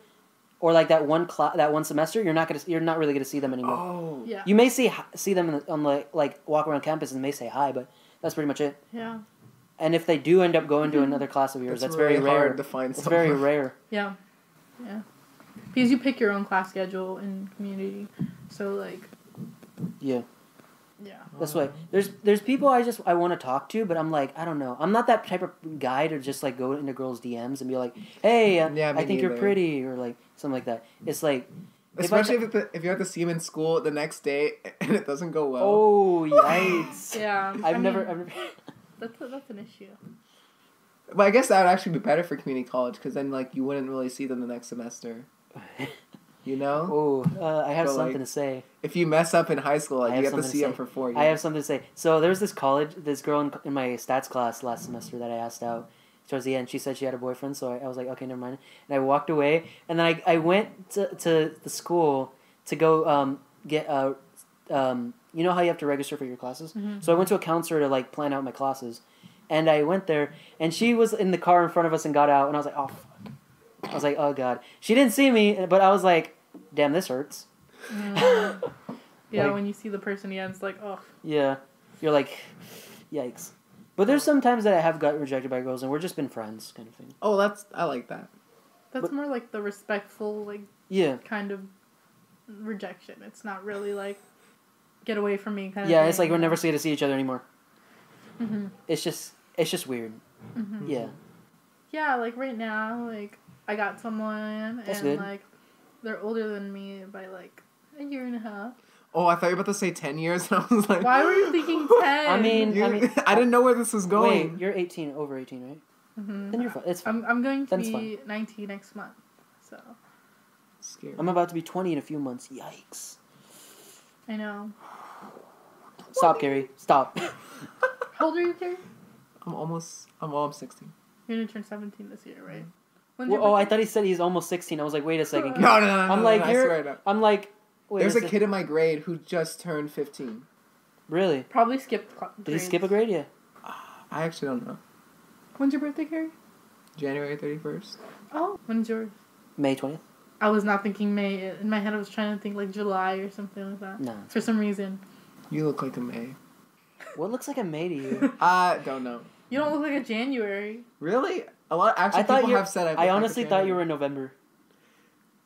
S1: or like that one class that one semester, you're not gonna you're not really gonna see them anymore.
S2: Oh.
S3: yeah
S1: You may see see them in the, on like like walk around campus and they may say hi, but that's pretty much it.
S3: yeah
S1: And if they do end up going to another class of yours,
S2: It's
S1: that's
S2: really
S1: very
S2: hard
S1: rare.
S2: to find
S1: It's very
S2: someone.
S1: rare.
S3: yeah yeah because you pick your own class schedule in community, so like
S1: Yeah.
S3: yeah
S1: That's why there's there's people I just I want to talk to, but I'm like I don't know. I'm not that type of guy to just like go into girls' DMs and be like, "Hey, uh,
S2: Yeah, me
S1: I think you're
S2: neither.
S1: pretty," or like something like that. It's like, If I
S2: Especially
S1: t-
S2: if, it, if you have to see him in school the next day and it doesn't go well.
S1: oh yikes!
S3: yeah.
S1: I've
S3: I mean,
S1: never, uh, I've never.
S3: That's a, that's an issue.
S2: But I guess that would actually be better for community college because then like you wouldn't really see them the next semester. You know,
S1: oh, uh, I have
S2: But, like,
S1: something to say.
S2: if you mess up in high school,
S1: I
S2: like
S1: have
S2: you have to
S1: something to
S2: see them
S1: say.
S2: for four years.
S1: I have something to say. So there's this college, this girl in, in my stats class last semester that I asked out towards the end. She said she had a boyfriend, so I, I was like, okay, never mind. And I walked away, and then I, I went to, to the school to go um, get, uh, um, you know how you have to register for your classes?
S2: Mm-hmm.
S1: So I went to a counselor to like plan out my classes. And I went there, and she was in the car in front of us and got out, and I was like, oh, fuck. I was like, oh, God. She didn't see me, but I was like, damn, this hurts.
S3: Mm. yeah,
S1: Like-
S3: when you see the person again, it's like oh
S1: Yeah. You're like, yikes. But there's some times that I have got rejected by girls and we're just been friends kind of thing.
S2: Oh, that's I like that.
S3: that's
S1: But-
S3: more like the respectful like
S1: Yeah.
S3: kind of rejection. It's not really like get away from me kind of.
S1: Yeah, it's like
S3: thing.
S1: we'll never see to see each other anymore.
S3: Mhm.
S1: It's just it's just weird.
S3: Mhm.
S1: Yeah.
S3: Yeah, like right now, like I got someone
S1: That's
S3: and
S1: good.
S3: like they're older than me by like a year and a half.
S2: Oh, I thought you were about to say ten years, and I was like,
S3: Why were you thinking ten?
S1: I mean-
S2: You- I,
S1: mean-
S2: didn't know where this was going.
S1: Wait, you're 18, over 18, right?
S3: Mhm.
S1: Then you're fine. It's fine.
S3: I'm I'm going to
S1: That's
S3: be nineteen next month, so
S2: Scary.
S1: I'm about to be 20 in a few months. Yikes.
S3: I know.
S1: Stop, Gary. Stop.
S3: How old are you, Carrie?
S2: I'm almost. I'm well. I'm sixteen.
S3: You're gonna turn seventeen this year, right? When's
S1: Well,
S3: your
S1: oh, I
S3: birthday?
S1: thought he said he's almost 16. I was like, wait a second. Gary.
S2: No, no, no. no,
S1: I'm
S2: no,
S1: like,
S2: no, I
S1: you're-
S2: swear to-
S1: I'm like, wait.
S2: There's
S1: is
S2: a
S1: it-
S2: kid in my grade who just turned fifteen.
S1: Really?
S3: probably skipped. Cl-
S1: Did he skip a grade? Yeah.
S2: I actually don't know.
S3: When's your birthday, Carrie?
S2: January 31st.
S3: Oh, when's yours?
S1: May twentieth.
S3: I was not thinking May. In my head, I was trying to think like July or something like that.
S1: No.
S3: For some reason.
S2: You look like a May.
S1: What looks like a May to you?
S3: you
S2: I don't know.
S3: don't look like a January.
S2: Really? A lot. Actually,
S1: I thought
S2: people
S1: you.
S2: have said I. look
S1: I
S2: like a
S1: honestly thought you were
S2: January.
S1: in November.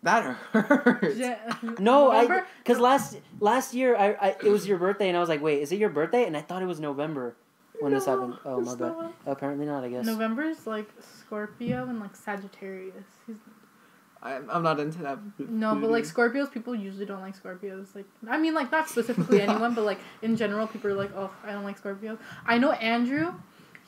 S2: That hurts.
S3: Ja-
S1: No, I
S3: November?
S1: because last last year I, I it was your birthday and I was like, wait, is it your birthday? And I thought it was November when this
S3: No,
S1: happened. Oh my
S3: it's
S1: bad.
S3: not.
S1: Apparently not. I guess.
S3: November's like Scorpio and like Sagittarius. He's,
S2: I'm, I'm not into that.
S3: no, but like Scorpios, people usually don't like Scorpios. Like, I mean, like not specifically anyone, but like in general, people are like, oh, I don't like Scorpios. I know Andrew,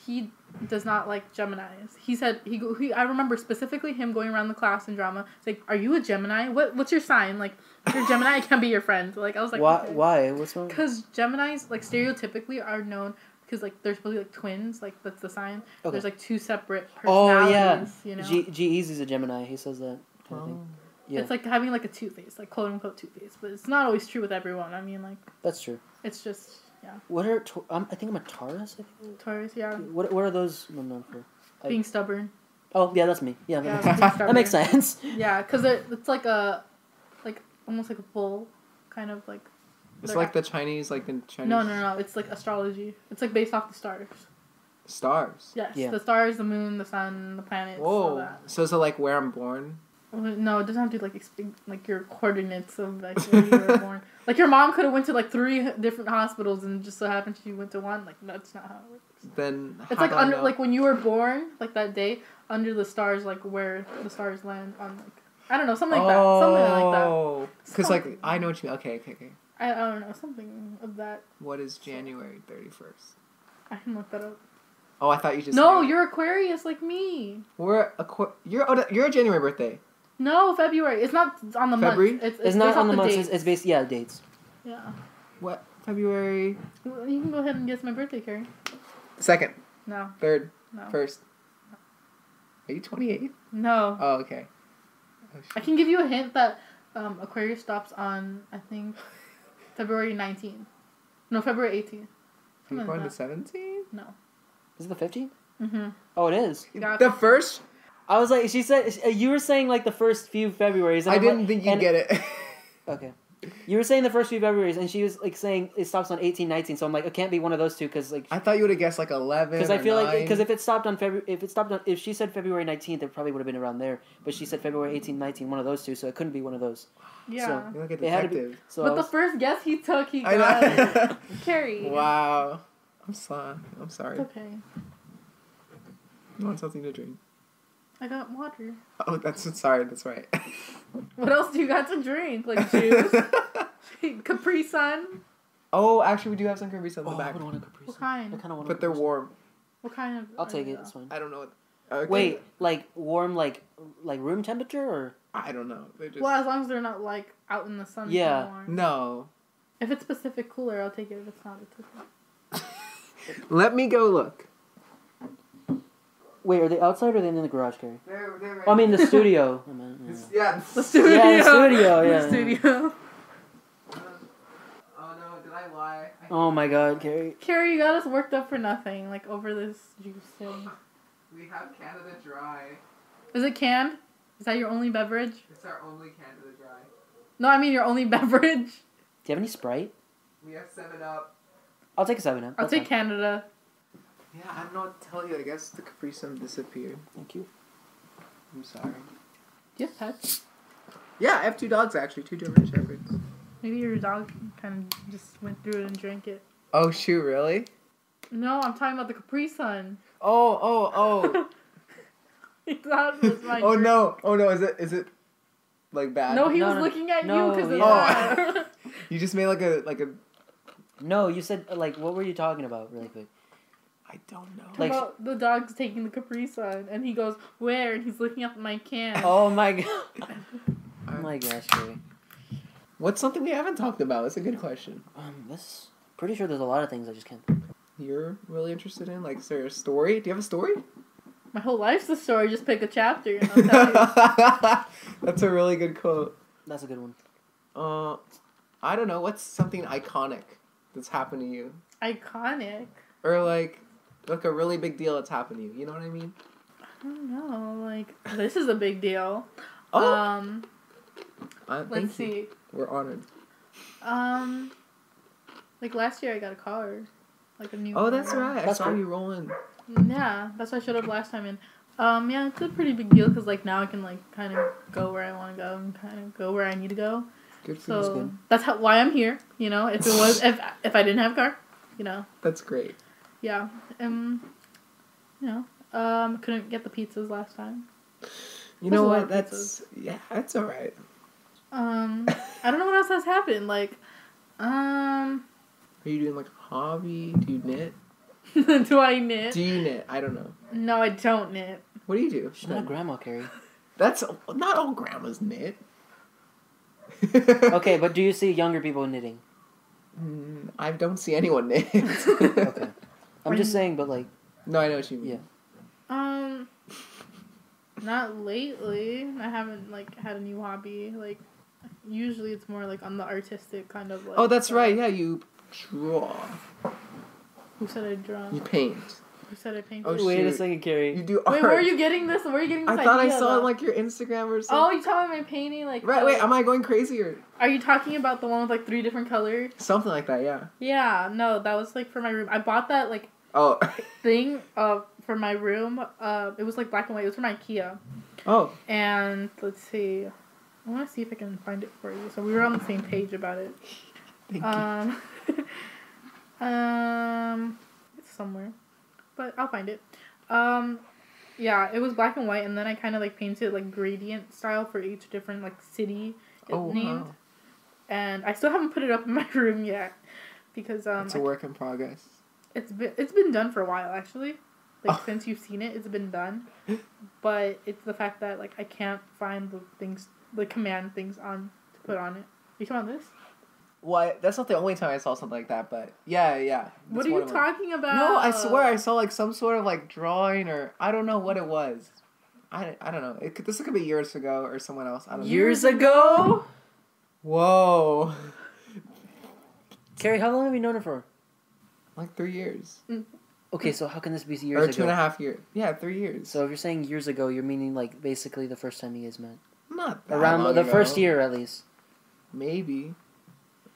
S3: he does not like Gemini's. He said he, go- he I remember specifically him going around the class in drama. It's like, are you a Gemini? What what's your sign? Like, if you're Gemini, I can't be your friend. Like, I was like,
S1: why?
S3: okay.
S1: Why? What's wrong?
S3: Because Gemini's like stereotypically are known because like they're supposed to be like twins, like that's the sign.
S1: Okay.
S3: There's like two separate
S1: Oh
S3: personalities.
S1: yeah.
S3: you know.
S1: G G Easy's a Gemini. He says that. Kind of
S2: Oh.
S1: thing. Yeah,
S3: It's like having like a two face, like quote unquote two face, but it's not always true with everyone. I mean, like
S1: that's true.
S3: it's just yeah,
S1: What are Tau- um, I think I'm a Taurus. I think.
S3: Taurus, yeah,
S1: What What are those I'm known for? I-
S3: being stubborn,
S1: Oh yeah, that's me. Yeah,
S3: yeah,
S1: that,
S3: being
S1: makes,
S3: stubborn.
S1: that makes sense.
S3: Yeah, because it's like a, like almost like a bull, kind of like.
S2: It's
S3: they're
S2: like
S3: act-
S2: the Chinese, like the Chinese
S3: No, no, no. It's like astrology. It's like based off the stars.
S2: stars.
S3: Yes,
S1: Yeah.
S3: the stars, the moon, the sun, the planets. All
S2: Whoa.
S3: that.
S2: So is it like where I'm born?
S3: Well, No, it doesn't have to like explain like your coordinates of like where you were born. Like your mom could have went to like three different hospitals and just so happened she went to one. Like that's not how it works.
S2: Then how
S3: It's like
S2: do I
S3: under
S2: know?
S3: like when you were born, like that day under the stars, like where the stars land on like I don't know something like that, something like
S2: Oh.
S3: that.
S2: Because like
S3: Something.
S2: I know what you mean. Okay, okay, okay.
S3: I, I don't know something of that.
S2: What is January 31st?
S3: I can look that up.
S2: Oh, I thought you just.
S3: no,
S2: knew.
S3: you're Aquarius like me.
S2: We're a qu- you're oh, you're a January birthday.
S3: No, February. It's not on the
S2: February?
S3: month. It's, it's,
S1: It's not
S3: based
S1: on the
S3: off
S1: months.
S3: date.
S1: It's, it's based. Yeah, dates.
S3: Yeah.
S2: What February
S3: Well, you can go ahead and guess my birthday, Carrie.
S2: second,
S3: No,
S2: third,
S3: no,
S2: first? Are you 28?
S3: no.
S2: Oh, okay. Oh,
S3: I
S2: shit.
S3: can give you a hint that um, Aquarius stops on I think February 19th. No, February 18th.
S2: Are you
S3: Something
S2: born
S3: like
S2: the
S3: that.
S2: 17th?
S3: No.
S1: Is it the 15th?
S3: Mm-hmm.
S1: Oh, it is.
S3: Yeah.
S2: The first?
S1: I was like, she said sh- uh, you were saying like the first few Februarys. and
S2: I
S1: I'm
S2: didn't
S1: like-
S2: think you'd
S1: and-
S2: get it.
S1: Okay. You were saying the first few Februarys, and she was like saying it stops on eighteen, nineteen. So I'm like, it can't be one of those two because like
S2: I thought you would have guessed like 11.
S1: because I feel like because
S2: if
S1: if it stopped on February, if it stopped on if she said February nineteenth, it probably would have been around there. But she said February 18, 19, one of those two, so it couldn't be one of those.
S3: Yeah.
S1: So-
S2: you look at
S1: It had to be-
S2: detective.
S1: So I
S3: but the
S1: was-
S3: first guess he took, he
S2: I
S3: got it.
S2: know.
S3: Carrie.
S2: wow. I'm sorry. I'm sorry.
S3: It's okay.
S2: You want something to drink?
S3: I got water.
S2: Oh, that's sorry. That's right.
S3: What else do you got to drink? Like juice, Capri Sun.
S2: oh, actually, we do have some Kirby in the
S1: oh, I
S2: back,
S1: would want a Capri
S3: What
S1: Sun.
S3: kind?
S1: I kind of want. a
S2: but they're
S1: Capri Sun.
S2: warm.
S3: What kind of?
S1: I'll take
S3: I
S1: it.
S3: don't
S1: It's
S3: know.
S1: fine.
S2: I don't know. What, okay.
S1: Wait, like warm, like like room temperature, or
S2: I don't know. They're just
S3: Well, as long as they're not like out in the sun.
S1: Yeah.
S3: somewhere.
S2: no.
S3: If it's Pacific cooler, I'll take it. If it's not, it's okay.
S2: Let me go look.
S1: wait, are they outside or are they in the garage, Carrie?
S2: They're, they're
S1: Oh, I mean the studio. I mean, yeah.
S2: yeah.
S3: The studio.
S1: studio, yeah, yeah.
S3: The studio.
S2: Oh no! Did I lie?
S1: Oh my God, Carrie.
S3: Carrie, you got us worked up for nothing, like over this juice thing.
S2: We have Canada Dry.
S3: Is it canned? Is that your only beverage?
S2: It's our only Canada Dry.
S3: No, I mean your only beverage.
S1: Do you have any Sprite?
S2: We have Seven Up.
S1: I'll take a seven up.
S3: I'll take Canada.
S2: Yeah, I don't know what to tell you. I guess the Capri Sun disappeared.
S1: Thank you.
S2: I'm sorry.
S3: Do you have pets?
S2: Yeah, I have two dogs actually, two German Shepherds.
S3: Maybe your dog kind of just went through it and drank it.
S2: Oh shoot! Really?
S3: No, I'm talking about the Capri Sun.
S2: Oh oh oh!
S3: that was my
S2: oh
S3: drink.
S2: no! Oh no! Is it is it like bad?
S3: No, he
S1: No,
S3: was
S1: no,
S3: looking at
S1: no,
S3: you because of
S2: yeah.
S3: that.
S2: You just made like a like a.
S1: No, you said uh, like what were you talking about really quick?
S2: I don't know.
S1: Like-
S3: about the dog's taking the Capri Sun, and he goes, "Where?" And he's looking at my can.
S1: Oh my god. oh my gosh, Carrie.
S2: Uh, What's something we haven't talked about? That's a good question.
S1: Um, this pretty sure there's a lot of things I just can't.
S2: You're really interested in? Like, is there a story? Do you have a story?
S3: My whole life's the story. Just pick a chapter. And I'll tell you.
S2: That's a really good quote.
S1: That's a good one.
S2: Uh, I don't know. What's something iconic that's happened to you,
S3: Iconic.
S2: or like, like a really big deal that's happened to you? You know what I mean?
S3: I don't know. Like this is a big deal.
S2: Oh,
S3: Um,
S2: uh, thank
S3: let's
S2: you.
S3: see.
S2: We're honored.
S3: Um, like last year I got a car, like a new.
S2: Oh, that's
S3: car.
S2: right.
S1: That's
S2: I saw
S1: cool.
S2: you rolling.
S3: Yeah, that's why I showed up last time. And um, yeah, it's a pretty big deal because like now I can like kind of go where I want to go and kind of go where I need to go.
S2: Good for you.
S3: So that's how why I'm here. You know, if it was if if I didn't have a car, you know,
S2: That's great.
S3: yeah, um, you know, um, couldn't get the pizzas last time.
S2: You
S3: That's
S2: know
S3: a lot
S2: what?
S3: of
S2: That's yeah. That's all right.
S3: Um, I don't know what else has happened. Like, um,
S2: Are you doing like a hobby? Do you knit?
S3: do I knit?
S2: Do you knit? I don't know.
S3: no, I don't knit.
S2: What do you do?
S1: She's not grandma, Carrie.
S2: That's not all grandmas knit.
S1: Okay, but do you see younger people knitting?
S2: Mm, I don't see anyone knit.
S1: Okay. I'm just saying, but like,
S2: No, I know what you mean.
S1: Yeah.
S3: Um, not lately. I haven't like had a new hobby. Like, usually it's more like on the artistic kind of. Like, uh,
S2: Oh, that's right. Yeah, you draw.
S3: Who said I draw?
S2: You paint.
S3: Who said I paint?
S2: Oh,
S1: wait a
S2: shoot.
S1: second,
S2: You
S1: Carrie.
S2: do art.
S3: Wait, where are you getting this? Where are you getting
S2: I
S3: this
S2: thought I saw
S3: idea,
S2: it
S3: though?
S2: on like your Instagram or
S3: Oh,
S2: something.
S3: you talking about my painting? Like
S2: right.
S3: the-
S2: Wait, am I going crazy or
S3: Are you talking about the one with like three different colors?
S2: something like that? Yeah.
S3: Yeah, no, that was like for my room. I bought that like
S2: Oh.
S3: thing uh for my room. Uh, it was like black and white. It was from IKEA.
S2: oh.
S3: And let's see, I want to see if I can find it for you. So we were on the same page about it.
S2: Thank
S3: Um, um, it's somewhere, but I'll find it. Um, yeah, it was black and white, and then I kind of like painted like gradient style for each different like city it
S2: you. Oh.
S3: named,
S2: Wow.
S3: and I still haven't put it up in my room yet because um,
S2: It's a
S3: I-
S2: work in progress.
S3: it's been it's been done for a while actually. Like
S2: Oh.
S3: since you've seen it, it's been done. But it's the fact that like I can't find the things the command things on to put on it. You talking about this?
S2: What? That's not the only time I saw something like that, but yeah, yeah.
S3: What
S2: That's
S3: are you
S2: one of them.
S3: talking about?
S2: No, I swear I saw like some sort of like drawing or I don't know what it was. I, I don't know. It could, this could be years ago or someone else. I don't know.
S3: You-
S1: Years ago?
S2: Whoa.
S1: Carrie, how long have you known her for?
S2: Like three years.
S1: Okay, so how can this be
S2: or
S1: years
S2: two and a
S1: ago?
S2: half years. Yeah, three years.
S1: So if you're saying years ago, you're meaning like basically the first time you guys met.
S2: not that
S1: Around
S2: long
S1: the
S2: ago.
S1: first year, at least.
S2: Maybe.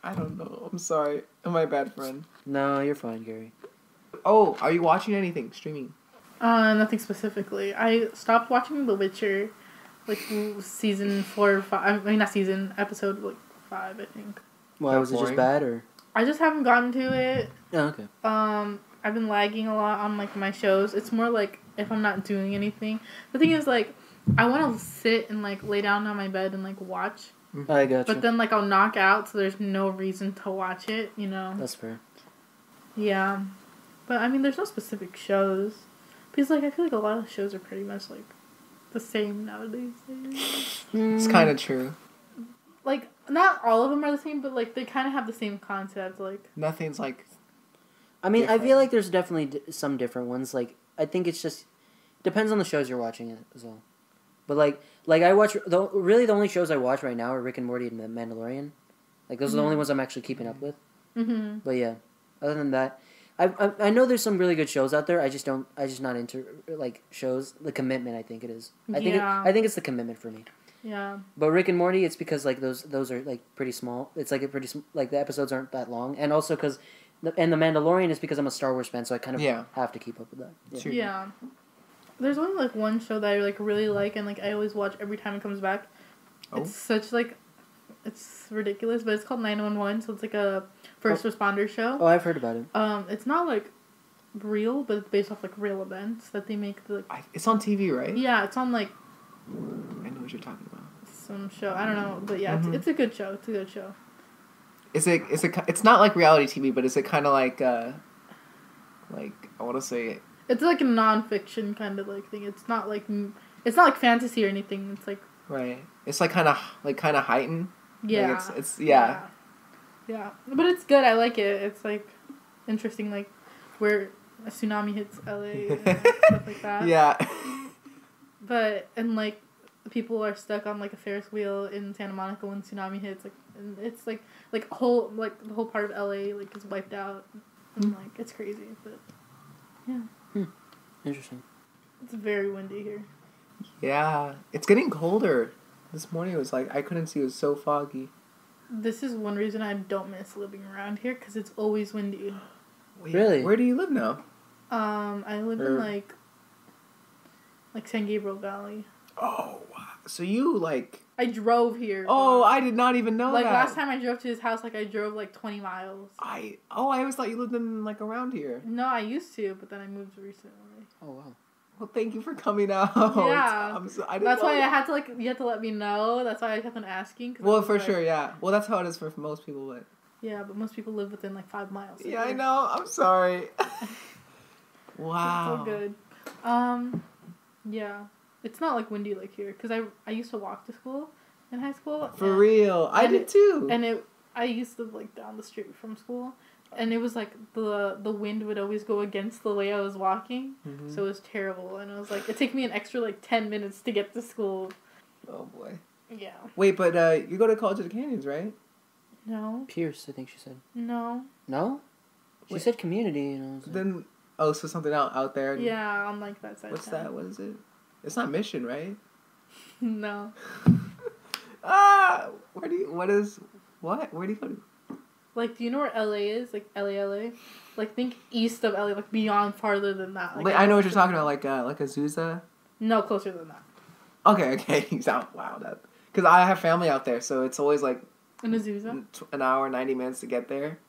S2: I don't know. I'm sorry. Am I a bad friend?
S1: No, you're fine, Gary.
S2: Oh, are you watching anything? Streaming.
S3: Uh, nothing specifically. I stopped watching The Witcher, like w- season four or five. I mean, not season episode like five, I think.
S1: Why
S2: That
S1: was it just
S2: boring?
S1: bad or?
S3: I just haven't gotten to it.
S1: Oh, okay.
S3: Um, I've been lagging a lot on like my shows. It's more like if I'm not doing anything. The thing is like, I want to sit and like lay down on my bed and like watch,
S1: I gotcha.
S3: but then like I'll knock out, so there's no reason to watch it. You know.
S1: That's fair.
S3: Yeah, but I mean, there's no specific shows because, like, I feel like a lot of shows are pretty much like the same nowadays.
S1: Mm,
S2: It's kind of true.
S3: Like, not all of them are the same, but like they kind of have the same concept. Like,
S2: Nothing's like.
S1: I mean, I feel
S2: different.
S1: like there's definitely d- some different ones. Like, I think it's just depends on the shows you're watching it as well. But like, like I watch the really the only shows I watch right now are Rick and Morty and The Mandalorian. Like those are the
S2: Mm.
S1: only ones I'm actually keeping up with.
S3: mm-hmm.
S1: But yeah, other than that, I, I I know there's some really good shows out there. I just don't. I just not into like shows. The commitment, I think it is. I think it,
S3: Yeah.
S1: I think it's the commitment for me.
S3: yeah,
S1: But Rick and Morty, it's because like those those are like pretty small. It's like a pretty sm- like the episodes aren't that long, and also because the, and the Mandalorian is because I'm a Star Wars fan, so I kind of
S2: Yeah.
S1: have to keep up with that. Yeah.
S2: True.
S3: yeah. There's only like one show that I like really like, and like I always watch every time it comes back.
S2: Oh.
S3: It's such like, it's ridiculous, but it's called Nine One One, so it's like a first responder show.
S1: Oh, I've heard about it.
S3: Um, it's not like real, but it's based off like real events that they make. The,
S2: I, it's on TV, right?
S3: yeah, it's on like
S2: I know what you're talking about.
S3: some show. I don't know, but yeah,
S1: Mm-hmm.
S2: Mhm.
S3: it's, it's a good show. It's a good show.
S2: Is it? Is it? ki- It's not like reality TV, but is it kind of like, uh, like I want to say,
S3: It's like a non-fiction kind of like thing. It's not like m- it's not like fantasy or anything. It's like
S2: right? It's like kind of like kind of heightened.
S3: yeah,
S2: it's- it's- yeah.
S3: yeah, Yeah. But it's good. I like it. It's like interesting, like where a tsunami hits LA and like, stuff like that.
S2: yeah.
S3: But and like people are stuck on like a Ferris wheel in Santa Monica when tsunami hits. Like and it's like like whole like the whole part of LA like is
S2: Mm.
S3: wiped out. And like it's crazy, but
S1: Interesting.
S3: It's very windy here.
S2: Yeah, it's getting colder. This morning it was like I couldn't see. It was so foggy.
S3: This is one reason I don't miss living around here because it's always windy.
S2: Wait,
S1: Really?
S2: Where do you live now?
S3: Um, I live in
S2: Or-
S3: like, like San Gabriel Valley.
S2: Oh, wow. so you like?
S3: I drove here.
S2: Oh,
S3: but-
S2: I did not even know
S3: like
S2: that.
S3: last time I drove to his house, like I drove like twenty miles.
S2: I oh, I always thought you lived in like around here.
S3: No, I used to, but then I moved recently.
S1: Oh wow.
S2: Well, thank you for coming out.
S3: Yeah.
S2: I'm so, I didn't
S3: That's
S2: know
S3: why I
S2: that.
S3: had to like you had to let me know. That's why I kept on asking. 'cause I
S2: Well,
S3: was
S2: for
S3: like-
S2: sure, yeah. Well, that's how it is for most people, but
S3: Yeah, but most people live within like five miles. of
S2: yeah, I
S3: here.
S2: know. I'm sorry.
S3: It's
S2: wow.
S3: all good. Um, yeah, it's not like windy like here because I I used to walk to school in high school.
S2: For
S3: and,
S2: real, I
S3: and
S2: did
S3: it-
S2: too.
S3: And it I used to live, like down the street from school, and it was like the the wind would always go against the way I was walking,
S2: Mhm.
S3: so it was terrible. And I was like, it took me an extra like ten minutes to get to school.
S2: oh boy.
S3: Yeah.
S2: Wait, but uh, you go to College of the Canyons, right?
S3: No.
S1: Pierce, I think she said.
S3: No.
S1: No? She
S2: Wait.
S1: said community and I was like,
S2: Then oh, so something out out there. and-
S3: Yeah, on like that side. of
S2: What's
S3: town.
S2: that? What is it? It's not Mission, right?
S3: No.
S2: Ah, where do you? What is? What? Where do you go? To?
S3: Like, do you know where LA is? Like, LA, LA? Like, think east of LA, like, beyond farther than that. Like,
S2: Like, I know what you're talking about. Like uh, like Azusa.
S3: No, closer than that.
S2: Okay, okay. He's out. Wow, that. Because I have family out there, so it's always like
S3: In Azusa?
S2: tw- an hour, ninety minutes to get there.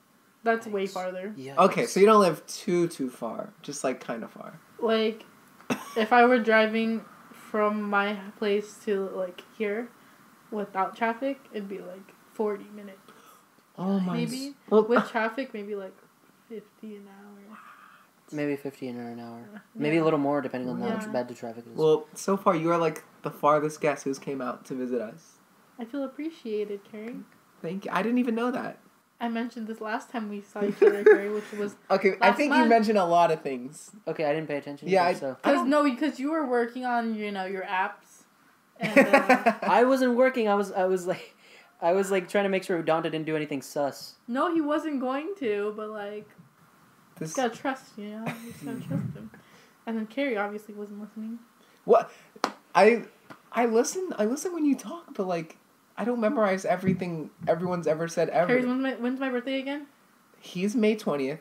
S3: That's way
S1: Yikes.
S3: farther.
S1: yeah.
S2: Okay, so you don't live too too far, just like kind of far.
S3: Like, if I were driving from my place to, like, here without traffic, it'd be like 40 minutes.
S2: Oh my.
S3: Maybe.
S2: Well,
S3: With traffic, maybe like 50 an hour.
S1: maybe fifty in an hour. Maybe a little more depending on how
S3: Yeah.
S1: much bad the traffic is.
S2: well, so far you are like the farthest guest who's came out to visit us.
S3: I feel appreciated, Carrie.
S1: Mm.
S2: Thank you. I didn't even know that.
S3: I mentioned this last time we saw each other, Carrie, which was
S2: Okay, I
S3: Last
S2: think you
S3: month-
S2: mentioned a lot of things.
S1: okay, I didn't pay attention.
S2: Yeah,
S1: Yeah,
S2: I-
S1: so
S2: I
S3: Because
S2: don't-
S3: no, because you were working on you know your apps, and uh,
S1: I wasn't working. I was I was like I was like trying to make sure Donta didn't do anything sus.
S3: no, he wasn't going to, but like
S2: This-
S3: just gotta trust, you know, you just gotta trust him. And then Carrie obviously wasn't listening.
S2: What I I listen I listen when you talk, but like I don't memorize everything everyone's ever said
S3: Carrie's
S2: ever.
S3: when's my, when's my birthday again?
S2: He's May twentieth.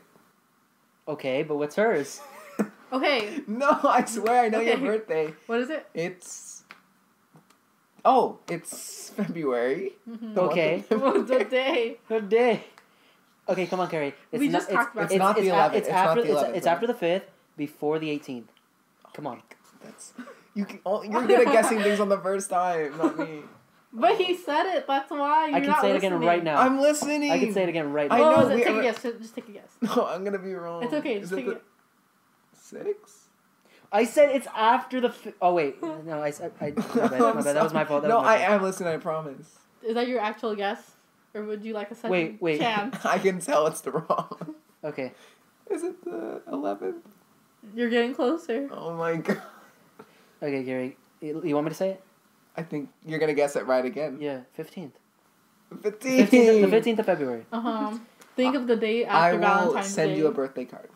S1: Okay, but what's hers?
S3: Okay,
S2: No, I swear I know your
S3: Okay.
S2: birthday.
S3: what is it?
S2: It's oh, it's February.
S3: Mm-hmm.
S2: The month of
S1: Okay.
S2: February.
S3: the day.
S1: Good day. Okay, come on, Carrie. It's
S3: We
S1: not,
S3: just talked about
S2: It's not the
S1: a-
S2: 11th,
S1: It's
S2: it's not
S1: after
S2: the
S1: it's,
S2: 11th,
S1: it's
S2: right?
S1: after the fifth, before the eighteenth. Come on.
S2: That's you. Can, oh, you're good at guessing things on the first time, not me.
S3: But he said it. That's why you're
S1: I
S3: not
S1: can say it again
S3: listening.
S1: right now.
S2: I'm listening.
S1: I can say it again right
S2: I
S1: now.
S2: know,
S3: What was it?
S2: Oh, we
S3: Take
S2: are-
S3: a guess. Just take a guess.
S2: No, I'm gonna be wrong.
S3: It's okay. Just
S2: it
S3: take
S2: the
S3: a guess.
S2: six?
S1: I said it's after the. F- oh wait, no, I said. I, my bad, my
S2: I'm
S1: bad. That was my fault. That
S2: no,
S1: was my
S2: I
S1: fault.
S2: am listening. I promise.
S3: Is that your actual guess, or would you like a second
S1: Wait, wait.
S3: chance?
S2: I can tell it's the wrong.
S1: Okay,
S2: Is it the 11th?
S3: You're getting closer.
S2: Oh my god.
S1: okay, Gary. You you want me to say it?
S2: I think you're gonna guess it right again.
S1: Yeah, fifteenth.
S2: 15.
S1: Fifteenth. The fifteenth of February.
S3: Uh huh. Think of the day
S2: I
S3: after
S2: will
S3: Valentine's
S2: send
S3: Day.
S2: you a birthday card.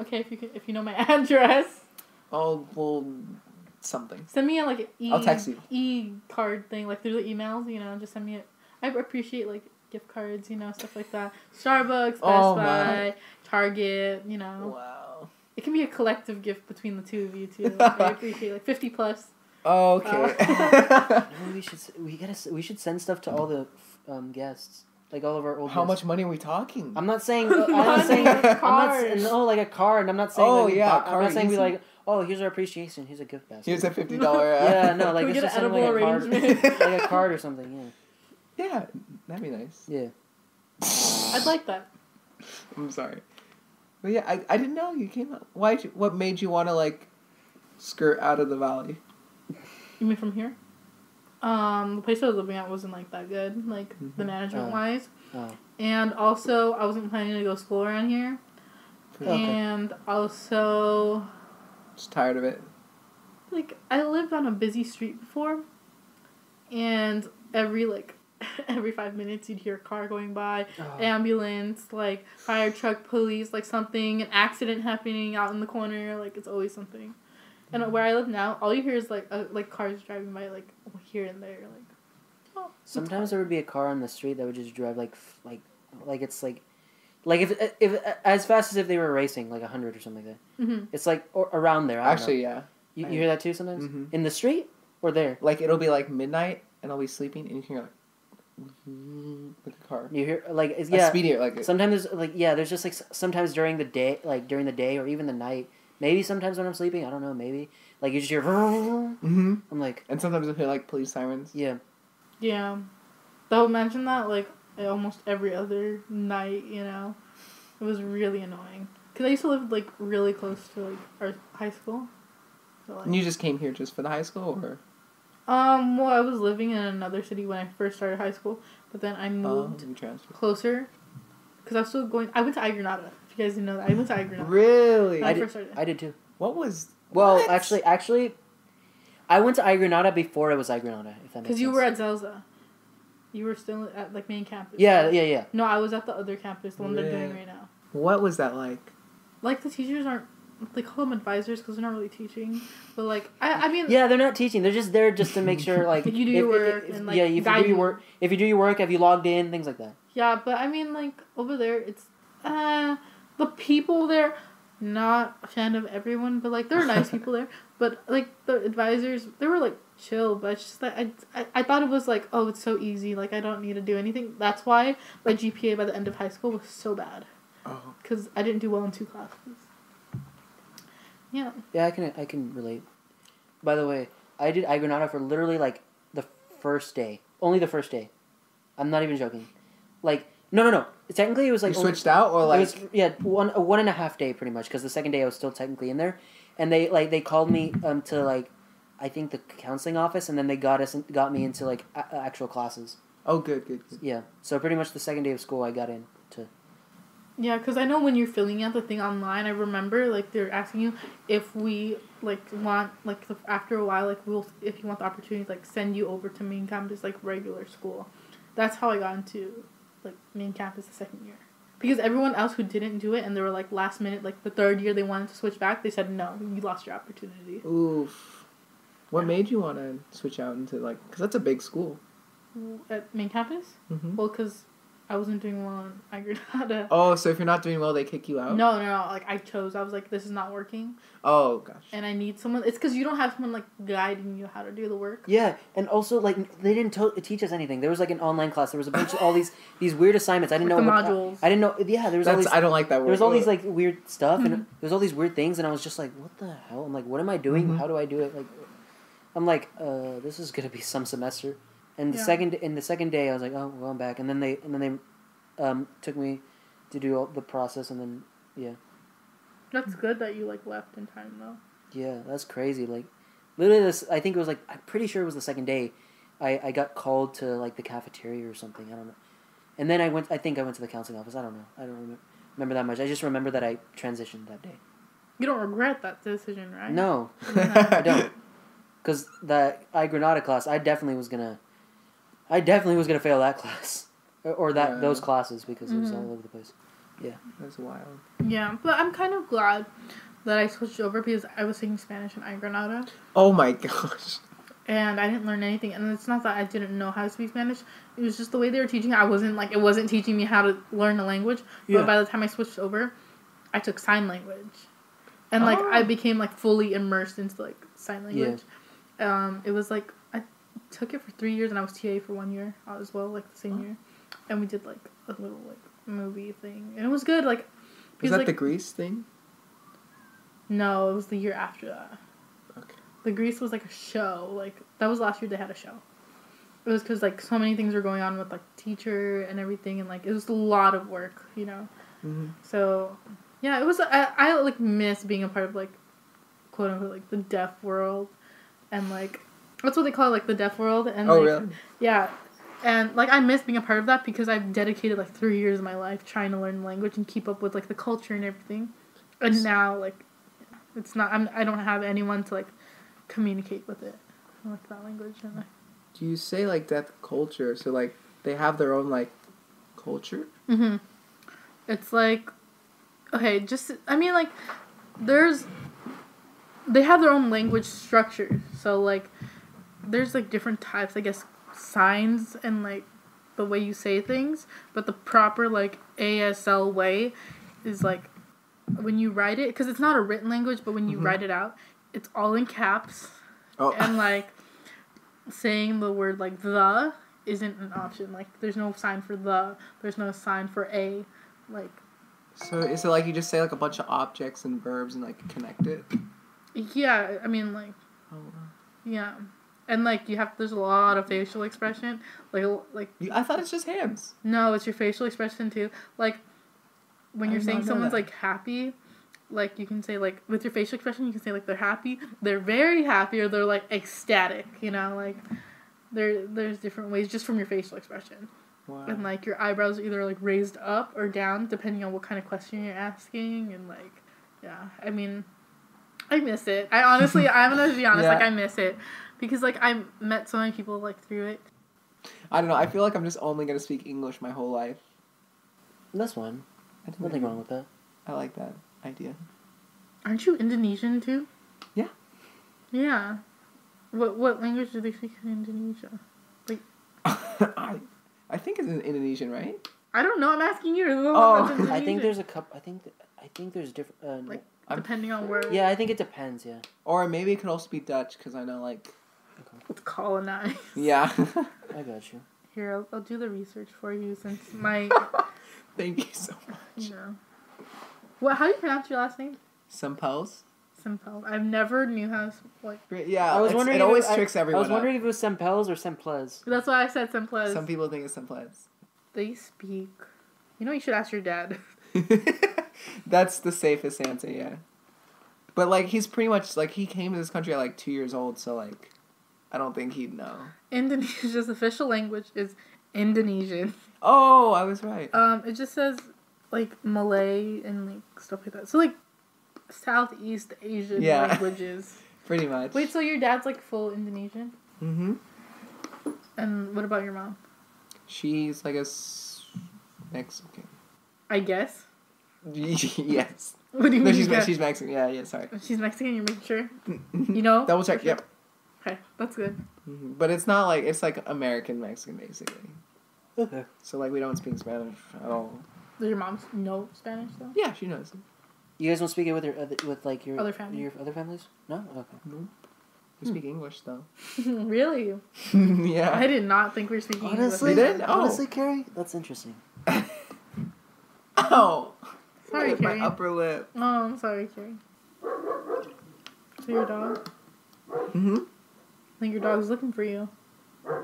S3: Okay, if you can, if you know my address,
S2: Oh, well, something.
S3: send me a like an e
S2: I'll text you.
S3: e card thing like through the emails. You know, just send me. A, I appreciate like gift cards. You know, stuff like that. Starbucks, Best
S2: Oh, my.
S3: Buy, Target. You
S1: Oh.
S3: know,
S2: Wow.
S3: it can be a collective gift between the two of you too. I appreciate like fifty plus.
S2: Okay.
S1: No, we should. s- We gotta. s- We should send stuff to all the um, guests, like all of our old.
S2: How
S1: guests.
S2: much money are we talking?
S1: Oh. I'm not saying. I'm not
S2: Money,
S1: saying. I'm not.
S3: cars.
S1: s- No, like a card. I'm not saying.
S2: Oh,
S1: like, we
S2: yeah,
S1: bought- I'm
S2: card,
S1: not saying we
S2: easy.
S1: like. Oh, here's our appreciation. Here's a gift basket.
S2: Here's a $50. uh,
S1: yeah, no, like
S3: we
S1: it's
S3: get
S1: just
S3: an
S1: something like a
S3: edible
S1: card,
S2: arrangement?
S1: like a card or something.
S2: yeah, that'd be nice.
S1: Yeah, yeah.
S3: I'd like that.
S2: I'm sorry. But yeah, I, I didn't know you came out. Why? What made you want to, like, skirt out of the valley?
S3: You mean from here? Um, the place I was living at wasn't like that good, like the management wise,
S1: Oh.
S3: and also I wasn't planning to go to school around here,
S1: Oh, Okay.
S3: and also
S2: Just tired of it.
S3: like I lived on a busy street before, and every like every five minutes you'd hear a car going by,
S1: Oh.
S3: ambulance, like fire truck, police, like something, an accident happening out in the corner, like it's always something. and where I live now, all you hear is like uh, like cars driving by like here and there, like. oh, it's
S1: Sometimes there would be a car on the street that would just drive like f- like like it's like like if if as fast as if they were racing like hundred or something like that.
S3: hard. Mhm.
S1: It's like or, around there. I
S2: Actually, yeah.
S1: you, you hear that too sometimes
S2: Mhm.
S1: in the street or there.
S2: Like it'll be like midnight, and I'll be sleeping, and you can hear like like a car,
S1: You hear like it's,
S2: yeah.
S1: yeah.
S2: a speedier, like a,
S1: Sometimes there's like yeah, there's just like s- sometimes during the day, like during the day or even the night. Maybe sometimes when I'm sleeping, I don't know. Maybe like you just hear. I'm
S2: hmm
S1: like
S2: and sometimes I will hear like police sirens.
S1: yeah,
S3: Yeah, though imagine that like almost every other night, you know, it was really annoying. Cause I used to live like really close to like our high school. So, like,
S2: And you just came here just for the high school, or
S3: Um, well, I was living in another city when I first started high school, but then I
S2: um,
S3: moved
S2: you transferred?
S3: closer because I was still going. I went to Agranada. If you guys didn't know that, I went to Agranada.
S2: Really?
S3: When I,
S1: did-
S3: first started.
S1: I did too.
S2: What was?
S1: Well,
S2: what?
S1: actually, actually, I went to Igranada before it was Igranada. If that makes
S3: Because you
S1: sense.
S3: were at Zelza. You were still at like main campus.
S1: yeah, yeah, yeah.
S3: No, I was at the other campus, the one they're doing
S2: Yeah.
S3: right now.
S2: what was that like?
S3: Like the teachers aren't. They call them advisors because they're not really teaching, but like I, I mean,
S1: Yeah, they're not teaching. They're just there just to make sure, like
S3: You do your work and, like,
S1: yeah, if
S3: guide
S1: you do
S3: you.
S1: your work, if you do your work, have you logged in, things like that.
S3: Yeah, but I mean, like over there, it's uh the people there. Not a fan of everyone, but like there are nice people there. But like the advisors, they were like chill. But it's just that I, I I thought it was like oh it's so easy. Like I don't need to do anything. That's why my GPA by the end of high school was so bad
S2: Oh,
S3: because I didn't do well in two classes. Yeah.
S1: Yeah, I can, I can relate. By the way, I did Igranada for literally like the first day, only the first day. I'm not even joking. Like, no, no, no. Technically, it was like
S2: you
S1: only-
S2: switched out, or like
S1: it was yeah one a one and a half day pretty much because the second day I was still technically in there, and they like they called me um to like, I think the counseling office, and then they got us in, got me into like a- actual classes.
S2: oh, good, good, good.
S1: Yeah, so pretty much the second day of school I got in to
S3: Yeah, because I know when you're filling out the thing online, I remember like they're asking you if we like want like the, after a while like we'll if you want the opportunity to, like send you over to main campus like regular school. That's how I got into like main campus the second year because everyone else who didn't do it and they were like last minute like the third year they wanted to switch back they said no you lost your opportunity.
S2: Oof. What made you want to switch out into like? Cause that's a big school.
S3: At main campus,
S2: Mm-hmm.
S3: well, because I wasn't doing well in Agranada.
S2: Oh, so if you're not doing well, they kick you out.
S3: No, no, no. Like I chose. I was like, this is not working.
S2: Oh gosh.
S3: and I need someone. It's because you don't have someone like guiding you how to do the work.
S1: yeah, and also like they didn't to- teach us anything. There was like an online class. There was a bunch of all these these weird assignments. I didn't know
S3: Like the
S1: what-
S3: modules.
S1: I, didn't know. Yeah, there was all
S2: That's
S1: these.
S2: I don't like that word.
S1: there was all these
S2: Ugh.
S1: like weird stuff
S3: Mhm.
S1: and there's all these weird things and I was just like, what the hell? I'm like, what am I doing?
S3: Mm-hmm.
S2: Mhm.
S1: How do I do it? Like, I'm like, uh, this is gonna be some semester. And the
S3: Yeah.
S1: second in the second day, I was like, oh, well, I'm back. And then they and then they um, took me to do all the process and then
S3: That's good that you like left in time though.
S1: yeah, that's crazy. Like, literally, this I think it was like I'm pretty sure it was the second day. I, I got called to like the cafeteria or something. I don't know. And then I went. I think I went to the counseling office. I don't know. I don't remember, remember that much. I just remember that I transitioned that day.
S3: You don't regret that decision, right?
S1: No, I don't. Because that I Granada class, I definitely was gonna, I definitely was gonna fail that class or, or that
S2: Yeah.
S1: those classes because it was
S3: Mhm.
S1: all over the place.
S2: That's wild.
S3: Yeah, but I'm kind of glad that I switched over because I was taking Spanish in Granada
S2: Oh my gosh.
S3: and I didn't learn anything. And it's not that I didn't know how to speak Spanish; it was just the way they were teaching. I wasn't like it wasn't teaching me how to learn the language.
S1: Yeah.
S3: But by the time I switched over, I took sign language, and like
S2: Oh.
S3: I became like fully immersed into like sign language. Um, it was like I took it for three years, and I was TA for one year as well, like the same
S2: Oh.
S3: year, and we did like a little like movie thing, and it was good. Like,
S2: Is
S3: because
S2: that
S3: like
S2: the Greece thing?
S3: no, it was the year after that.
S2: Okay.
S3: The Grease was like a show. Like that was last year they had a show. It was because like so many things were going on with like teacher and everything, and like it was a lot of work, you know. Mm-hmm.
S2: Mhm.
S3: So, yeah, it was. I, I like miss being a part of like, quote unquote, like the deaf world, and like that's what they call it, like the deaf world. And
S2: Oh
S3: like,
S2: really?
S3: yeah. And like I miss being a part of that because I've dedicated like three years of my life trying to learn the language and keep up with like the culture and everything, and now like it's not I'm I don't have anyone to like communicate with it like that language and
S2: Do you say like that culture? So like they have their own like culture.
S3: hmm it's like okay just I mean like there's they have their own language structure. So like there's like different types, I guess, signs and like the way you say things, but the proper like ASL way is like when you write it because it's not a written language, but when you
S2: Mhm.
S3: write it out, it's all in caps
S2: Oh,
S3: and like saying the word like the isn't an option. Like there's no sign for the, there's no sign for a, like
S2: so is it like you just say like a bunch of objects and verbs and like connect it?
S3: yeah, I mean like
S2: Oh,
S3: yeah. And like you have there's a lot of facial expression. Like like
S2: you, I thought it's just hands.
S3: No, it's your facial expression too. Like when
S2: I
S3: you're
S2: did
S3: saying
S2: not know
S3: someone's
S2: that.
S3: like happy, like you can say like with your facial expression you can say like they're happy, they're very happy, or they're like ecstatic. You know, like there there's different ways just from your facial expression.
S2: Wow.
S3: And like your eyebrows are either like raised up or down depending on what kind of question you're asking. And like yeah, I mean. I miss it. I honestly, I'm gonna be honest. Like
S2: Yeah.
S3: I miss it, because like I met so many people like through it.
S2: I don't know. I feel like I'm just only gonna speak English my whole life.
S1: That's fine.
S2: I don't
S1: Nothing
S2: know.
S1: wrong with that.
S2: I like that idea.
S3: Aren't you Indonesian too?
S2: Yeah.
S3: Yeah. What what language do they speak in Indonesia?
S2: I, I think it's in Indonesian, right?
S3: I don't know. I'm asking you. You're the one
S2: Oh.
S3: that's
S1: I think
S3: Indonesian.
S1: there's a couple. I think I think there's different. Uh,
S3: Like-
S2: I'm-
S3: depending on where
S1: yeah, I think it depends. Yeah.
S2: Or maybe it could also be Dutch, because I know like
S3: it's colonized.
S2: yeah.
S1: I got you.
S3: Here, I'll, I'll do the research for you since my
S2: Thank you so much.
S3: you know. What? How do you pronounce your last name?
S2: Some pals.
S3: Simple. I've never knew how. s- Like
S2: Yeah,
S1: I was
S2: it's-
S1: wondering.
S2: It
S1: if
S2: always
S1: I-
S2: tricks everyone.
S1: I was wondering if it was Sempels or Semplez.
S3: that's why I said simple.
S2: up. Some people think it's Simplets.
S3: They speak. You know, you should ask your dad.
S2: That's the safest answer, yeah. But like he's pretty much like he came to this country at like two years old, so like I don't think he'd know.
S3: Indonesia's official language is Indonesian.
S2: Oh, I was right.
S3: Um, it just says like Malay and like stuff like that. So like Southeast Asian
S2: Yeah.
S3: languages.
S2: Pretty much.
S3: Wait, so your dad's like full Indonesian?
S2: Mm-hmm.
S3: And what about your mom?
S2: She's like a s- Mexican.
S3: I guess.
S2: yes.
S3: What do you
S2: No,
S3: mean?
S2: she's
S3: you guess?
S2: she's Mexican. Yeah, yeah. Sorry.
S3: she's Mexican. You're making sure. You know.
S2: Double check.
S3: Okay.
S2: Yep.
S3: Okay, that's good.
S2: Mhm. But it's not like it's like American Mexican basically.
S1: Okay.
S2: So like we don't speak Spanish at all.
S3: Does your mom know Spanish though?
S2: Yeah, she knows.
S1: You guys don't speak it with your other, with like your
S3: Other family.
S1: Your other families? No. Okay.
S2: We speak English though.
S3: really?
S2: yeah.
S3: Hmm. I did not think we were speaking English.
S1: Honestly,
S2: You did? Oh.
S1: honestly, Carrie, that's interesting.
S2: Oh.
S3: Sorry, Carrie.
S2: my upper lip.
S3: Oh, I'm sorry, Carrie. So your dog?
S2: Mhm.
S3: Mm-hmm. I think your dog's looking for you.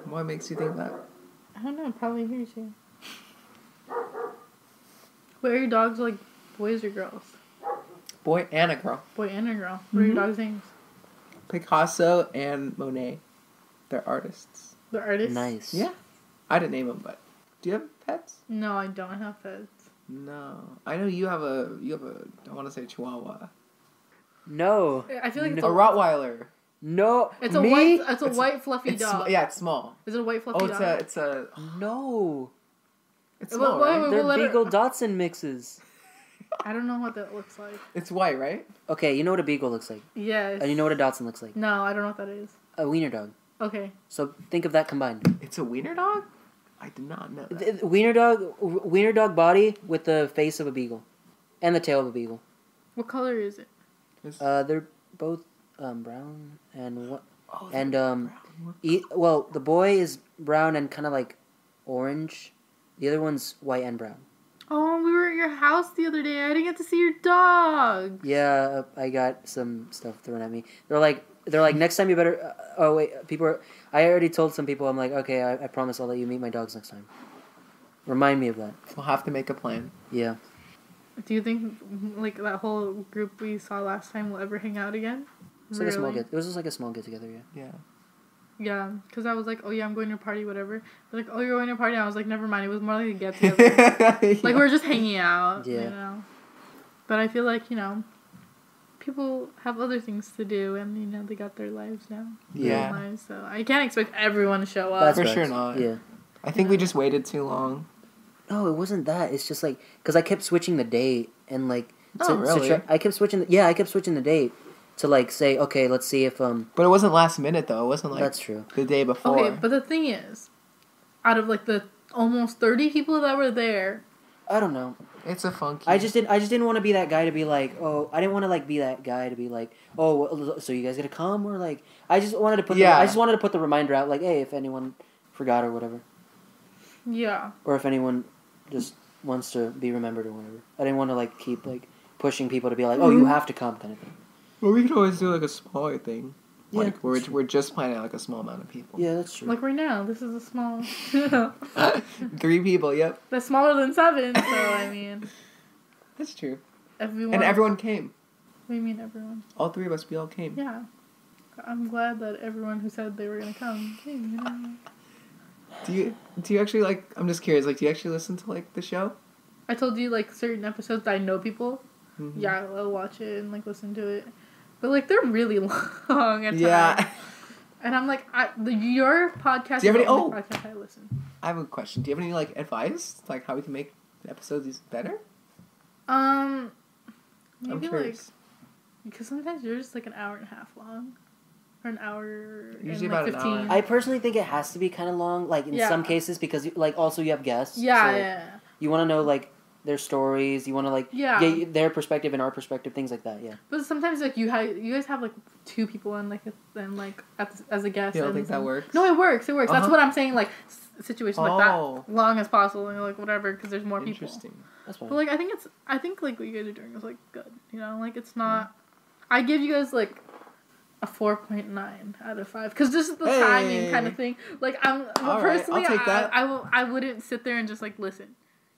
S2: What makes you think that?
S3: I don't know. Probably hears you. What are your dogs like? Boys or girls?
S2: Boy and a girl.
S3: Boy and a girl. What are your dogs' names?
S2: Picasso and Monet. They're artists.
S3: The artist.
S1: Nice.
S2: Yeah. I didn't name them, but do you have pets?
S3: No, I don't have pets.
S2: No. I know you have a you have a I want to say Chihuahua.
S1: No.
S3: I feel like
S2: A
S3: it's a,
S2: Rottweiler.
S1: No.
S3: it's a
S1: me?
S3: white it's a
S2: It's-
S3: white fluffy
S2: It's sm-
S3: dog.
S2: yeah, it's small.
S3: Is it a white fluffy
S2: Oh, it's
S3: dog?
S2: a it's a
S1: No.
S2: it's
S3: Wait,
S2: small,
S3: wait,
S2: right?
S3: wait.
S1: They're
S3: let her-
S1: Beagle Dotson mixes.
S3: I don't know what that looks like.
S2: It's white, right?
S1: Okay, you know what a beagle looks like,
S3: Yes.
S1: and you know what a Dotson looks like.
S3: No, I don't know what that is.
S1: A wiener dog.
S3: Okay.
S1: So think of that combined.
S2: It's a wiener dog. I did not know that.
S1: Th- th- Wiener dog, w- wiener dog body with the face of a beagle, and the tail of a beagle.
S3: What color is it?
S2: It's-
S1: Uh, they're both um, brown and what?
S2: oh, they're
S1: And um,
S2: brown. What-
S1: e- well, the boy is brown and kind of like orange. The other one's white and brown.
S3: Oh, we were at your house the other day. I didn't get to see your dog.
S1: Yeah, I got some stuff thrown at me. They're like, they're like, next time you better. Uh, oh wait, people. Are, I already told some people. I'm like, okay, I, I promise I'll let you meet my dogs next time. Remind me of that.
S2: We'll have to make a plan.
S1: Yeah.
S3: Do you think like that whole group we saw last time will ever hang out again?
S1: It's like a small get. It was just like a small get together. Yeah.
S2: Yeah.
S3: Yeah, because I was like, oh yeah, I'm going to a party, whatever. They're like, oh, you're going to a party. And I was like, never mind. It was more like a get together.
S2: like
S3: like we are just hanging out. You
S1: Yeah.
S3: know? But I feel like you know, people have other things to do, and you know they got their lives now. their own
S2: Yeah.
S3: lives, so I can't expect everyone to show
S1: That's
S3: up.
S2: For
S1: facts.
S2: sure not.
S1: Yeah.
S2: I think we just waited too long.
S1: No, it wasn't that. It's just like because I kept switching the date and like.
S2: Oh, really?
S1: try- I kept switching. The, yeah, I kept switching the date, to like say, okay, let's see if um
S2: But it wasn't last minute though. It wasn't like
S1: that's true.
S2: the day before.
S3: Okay, but the thing is, out of like the almost thirty people that were there,
S1: I don't know.
S2: it's a funky.
S1: I just didn't. I just didn't want to be that guy to be like, oh, I didn't want to like be that guy to be like, oh, well, so you guys gonna come or like? I just wanted to put. Yeah.
S2: Yeah.
S1: I just wanted to put the reminder out, like, hey, if anyone forgot or whatever,
S3: yeah,
S1: or if anyone just wants to be remembered or whatever. I didn't want to like keep like pushing people to be like, oh, you
S2: Mhm.
S1: have to come kind of thing.
S2: Well, we could always do like a smaller thing.
S1: Yeah,
S2: like we're
S1: that's true.
S2: we're just planning out like a small amount of people.
S1: Yeah, that's true.
S3: like right now, this is a small,
S2: Three people. Yep,
S3: that's smaller than seven. So I mean,
S2: that's true.
S3: everyone.
S2: And everyone came.
S3: We mean everyone.
S2: All three of us. We all came.
S3: Yeah, I'm glad that everyone who said they were gonna come came. You know?
S2: Do you do you actually like? I'm just curious. Like, do you actually listen to like the show?
S3: I told you like certain episodes that I know people.
S2: Mhm.
S3: Yeah, I'll watch it and like listen to it, but like they're really long. At
S2: Yeah.
S3: times. And I'm like, I, the, your podcast.
S2: Do you have any-
S3: is the only
S2: oh.
S3: podcast I listen.
S2: I have a question. Do you have any like advice, like how we can make the episodes better?
S3: Um,
S2: I'm
S3: maybe like
S2: curious.
S3: because sometimes you're just like an hour and a half long, or an hour.
S2: Usually
S3: and,
S2: about
S3: like,
S2: an
S3: 15.
S2: hour.
S1: I personally think it has to be kind of long, like in
S3: Yeah.
S1: some cases, because you, like also you have guests.
S3: yeah,
S1: so
S3: yeah,
S1: You want to know like their stories. You want to like
S3: Yeah.
S1: get their perspective and our perspective, things like that. Yeah.
S3: But sometimes like you have you guys have like two people and like and like at the, as a guest.
S2: You don't
S3: and
S2: think that
S3: some-
S2: works?
S3: No, it works. It works. That's
S2: Uh-huh.
S3: what I'm saying. Like s- situations like
S2: Oh.
S3: that, long as possible, and like whatever, because there's more people.
S2: Interesting.
S1: That's fine.
S3: But like I think it's I think like what you guys are doing is like good. You know, like it's not. I give you guys like a four point nine out of five because this is the timing kind of
S2: Hey.
S3: thing. Like I'm well,
S2: All right, I'll
S3: personally,
S2: take
S3: I,
S2: that.
S3: I, will. I wouldn't sit there and just like listen.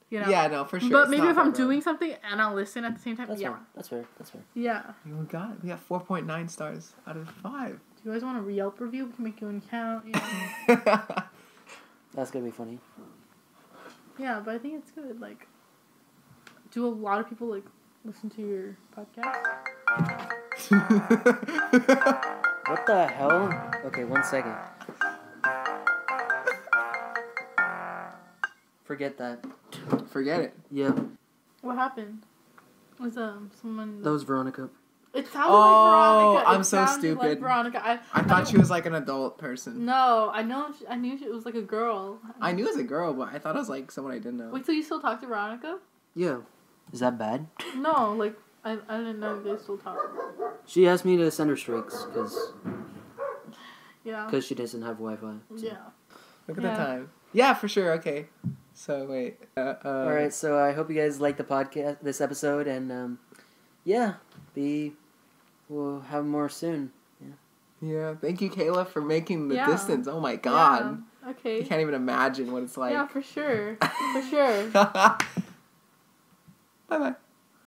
S3: You know.
S2: Yeah, no, for sure.
S3: but
S2: it's
S3: maybe
S2: not
S3: if
S2: for
S3: I'm
S2: everyone.
S3: doing something and I'll listen at the same time,
S1: That's
S3: yeah,
S1: fair. That's fair. That's fair.
S3: yeah.
S2: You got it. We got four point nine stars out of five.
S3: Do you guys want a re Yelp review? We can make you an account. You know?
S1: That's gonna be funny.
S3: yeah, but I think it's good. Like, do a lot of people like listen to your podcast?
S1: What the hell? Okay, one second. Forget that.
S2: Forget it.
S1: Yeah,
S3: What happened? Was um someone?
S1: that was Veronica.
S3: It sounded
S2: Oh,
S3: like Veronica.
S2: I'm
S3: It
S2: so
S3: sounded Like
S2: stupid.
S3: Veronica. I,
S2: I thought she was like an adult person.
S3: No, I know. She, I knew she, it was like a girl.
S2: I knew it was a girl, but I thought it was like someone I didn't know.
S3: Wait, so you still talk to Veronica?
S1: Yeah. Is that bad?
S3: No, like I, I didn't know they still talk.
S1: She asked me to send her streaks because
S3: Yeah.
S1: she doesn't have Wi-Fi.
S3: Oh. Yeah.
S2: Look at
S3: Yeah.
S2: the time. Yeah, for sure. Okay. So wait. Uh, uh,
S1: All right, so I hope you guys like the podcast, this episode, and um, yeah, be we'll have more soon.
S2: Yeah. Thank you, Kayla, for making the
S3: Yeah.
S2: distance. Oh my God.
S3: Yeah,
S2: You
S3: Okay.
S2: can't even imagine what it's like.
S3: Yeah, for sure. For sure.
S2: bye bye.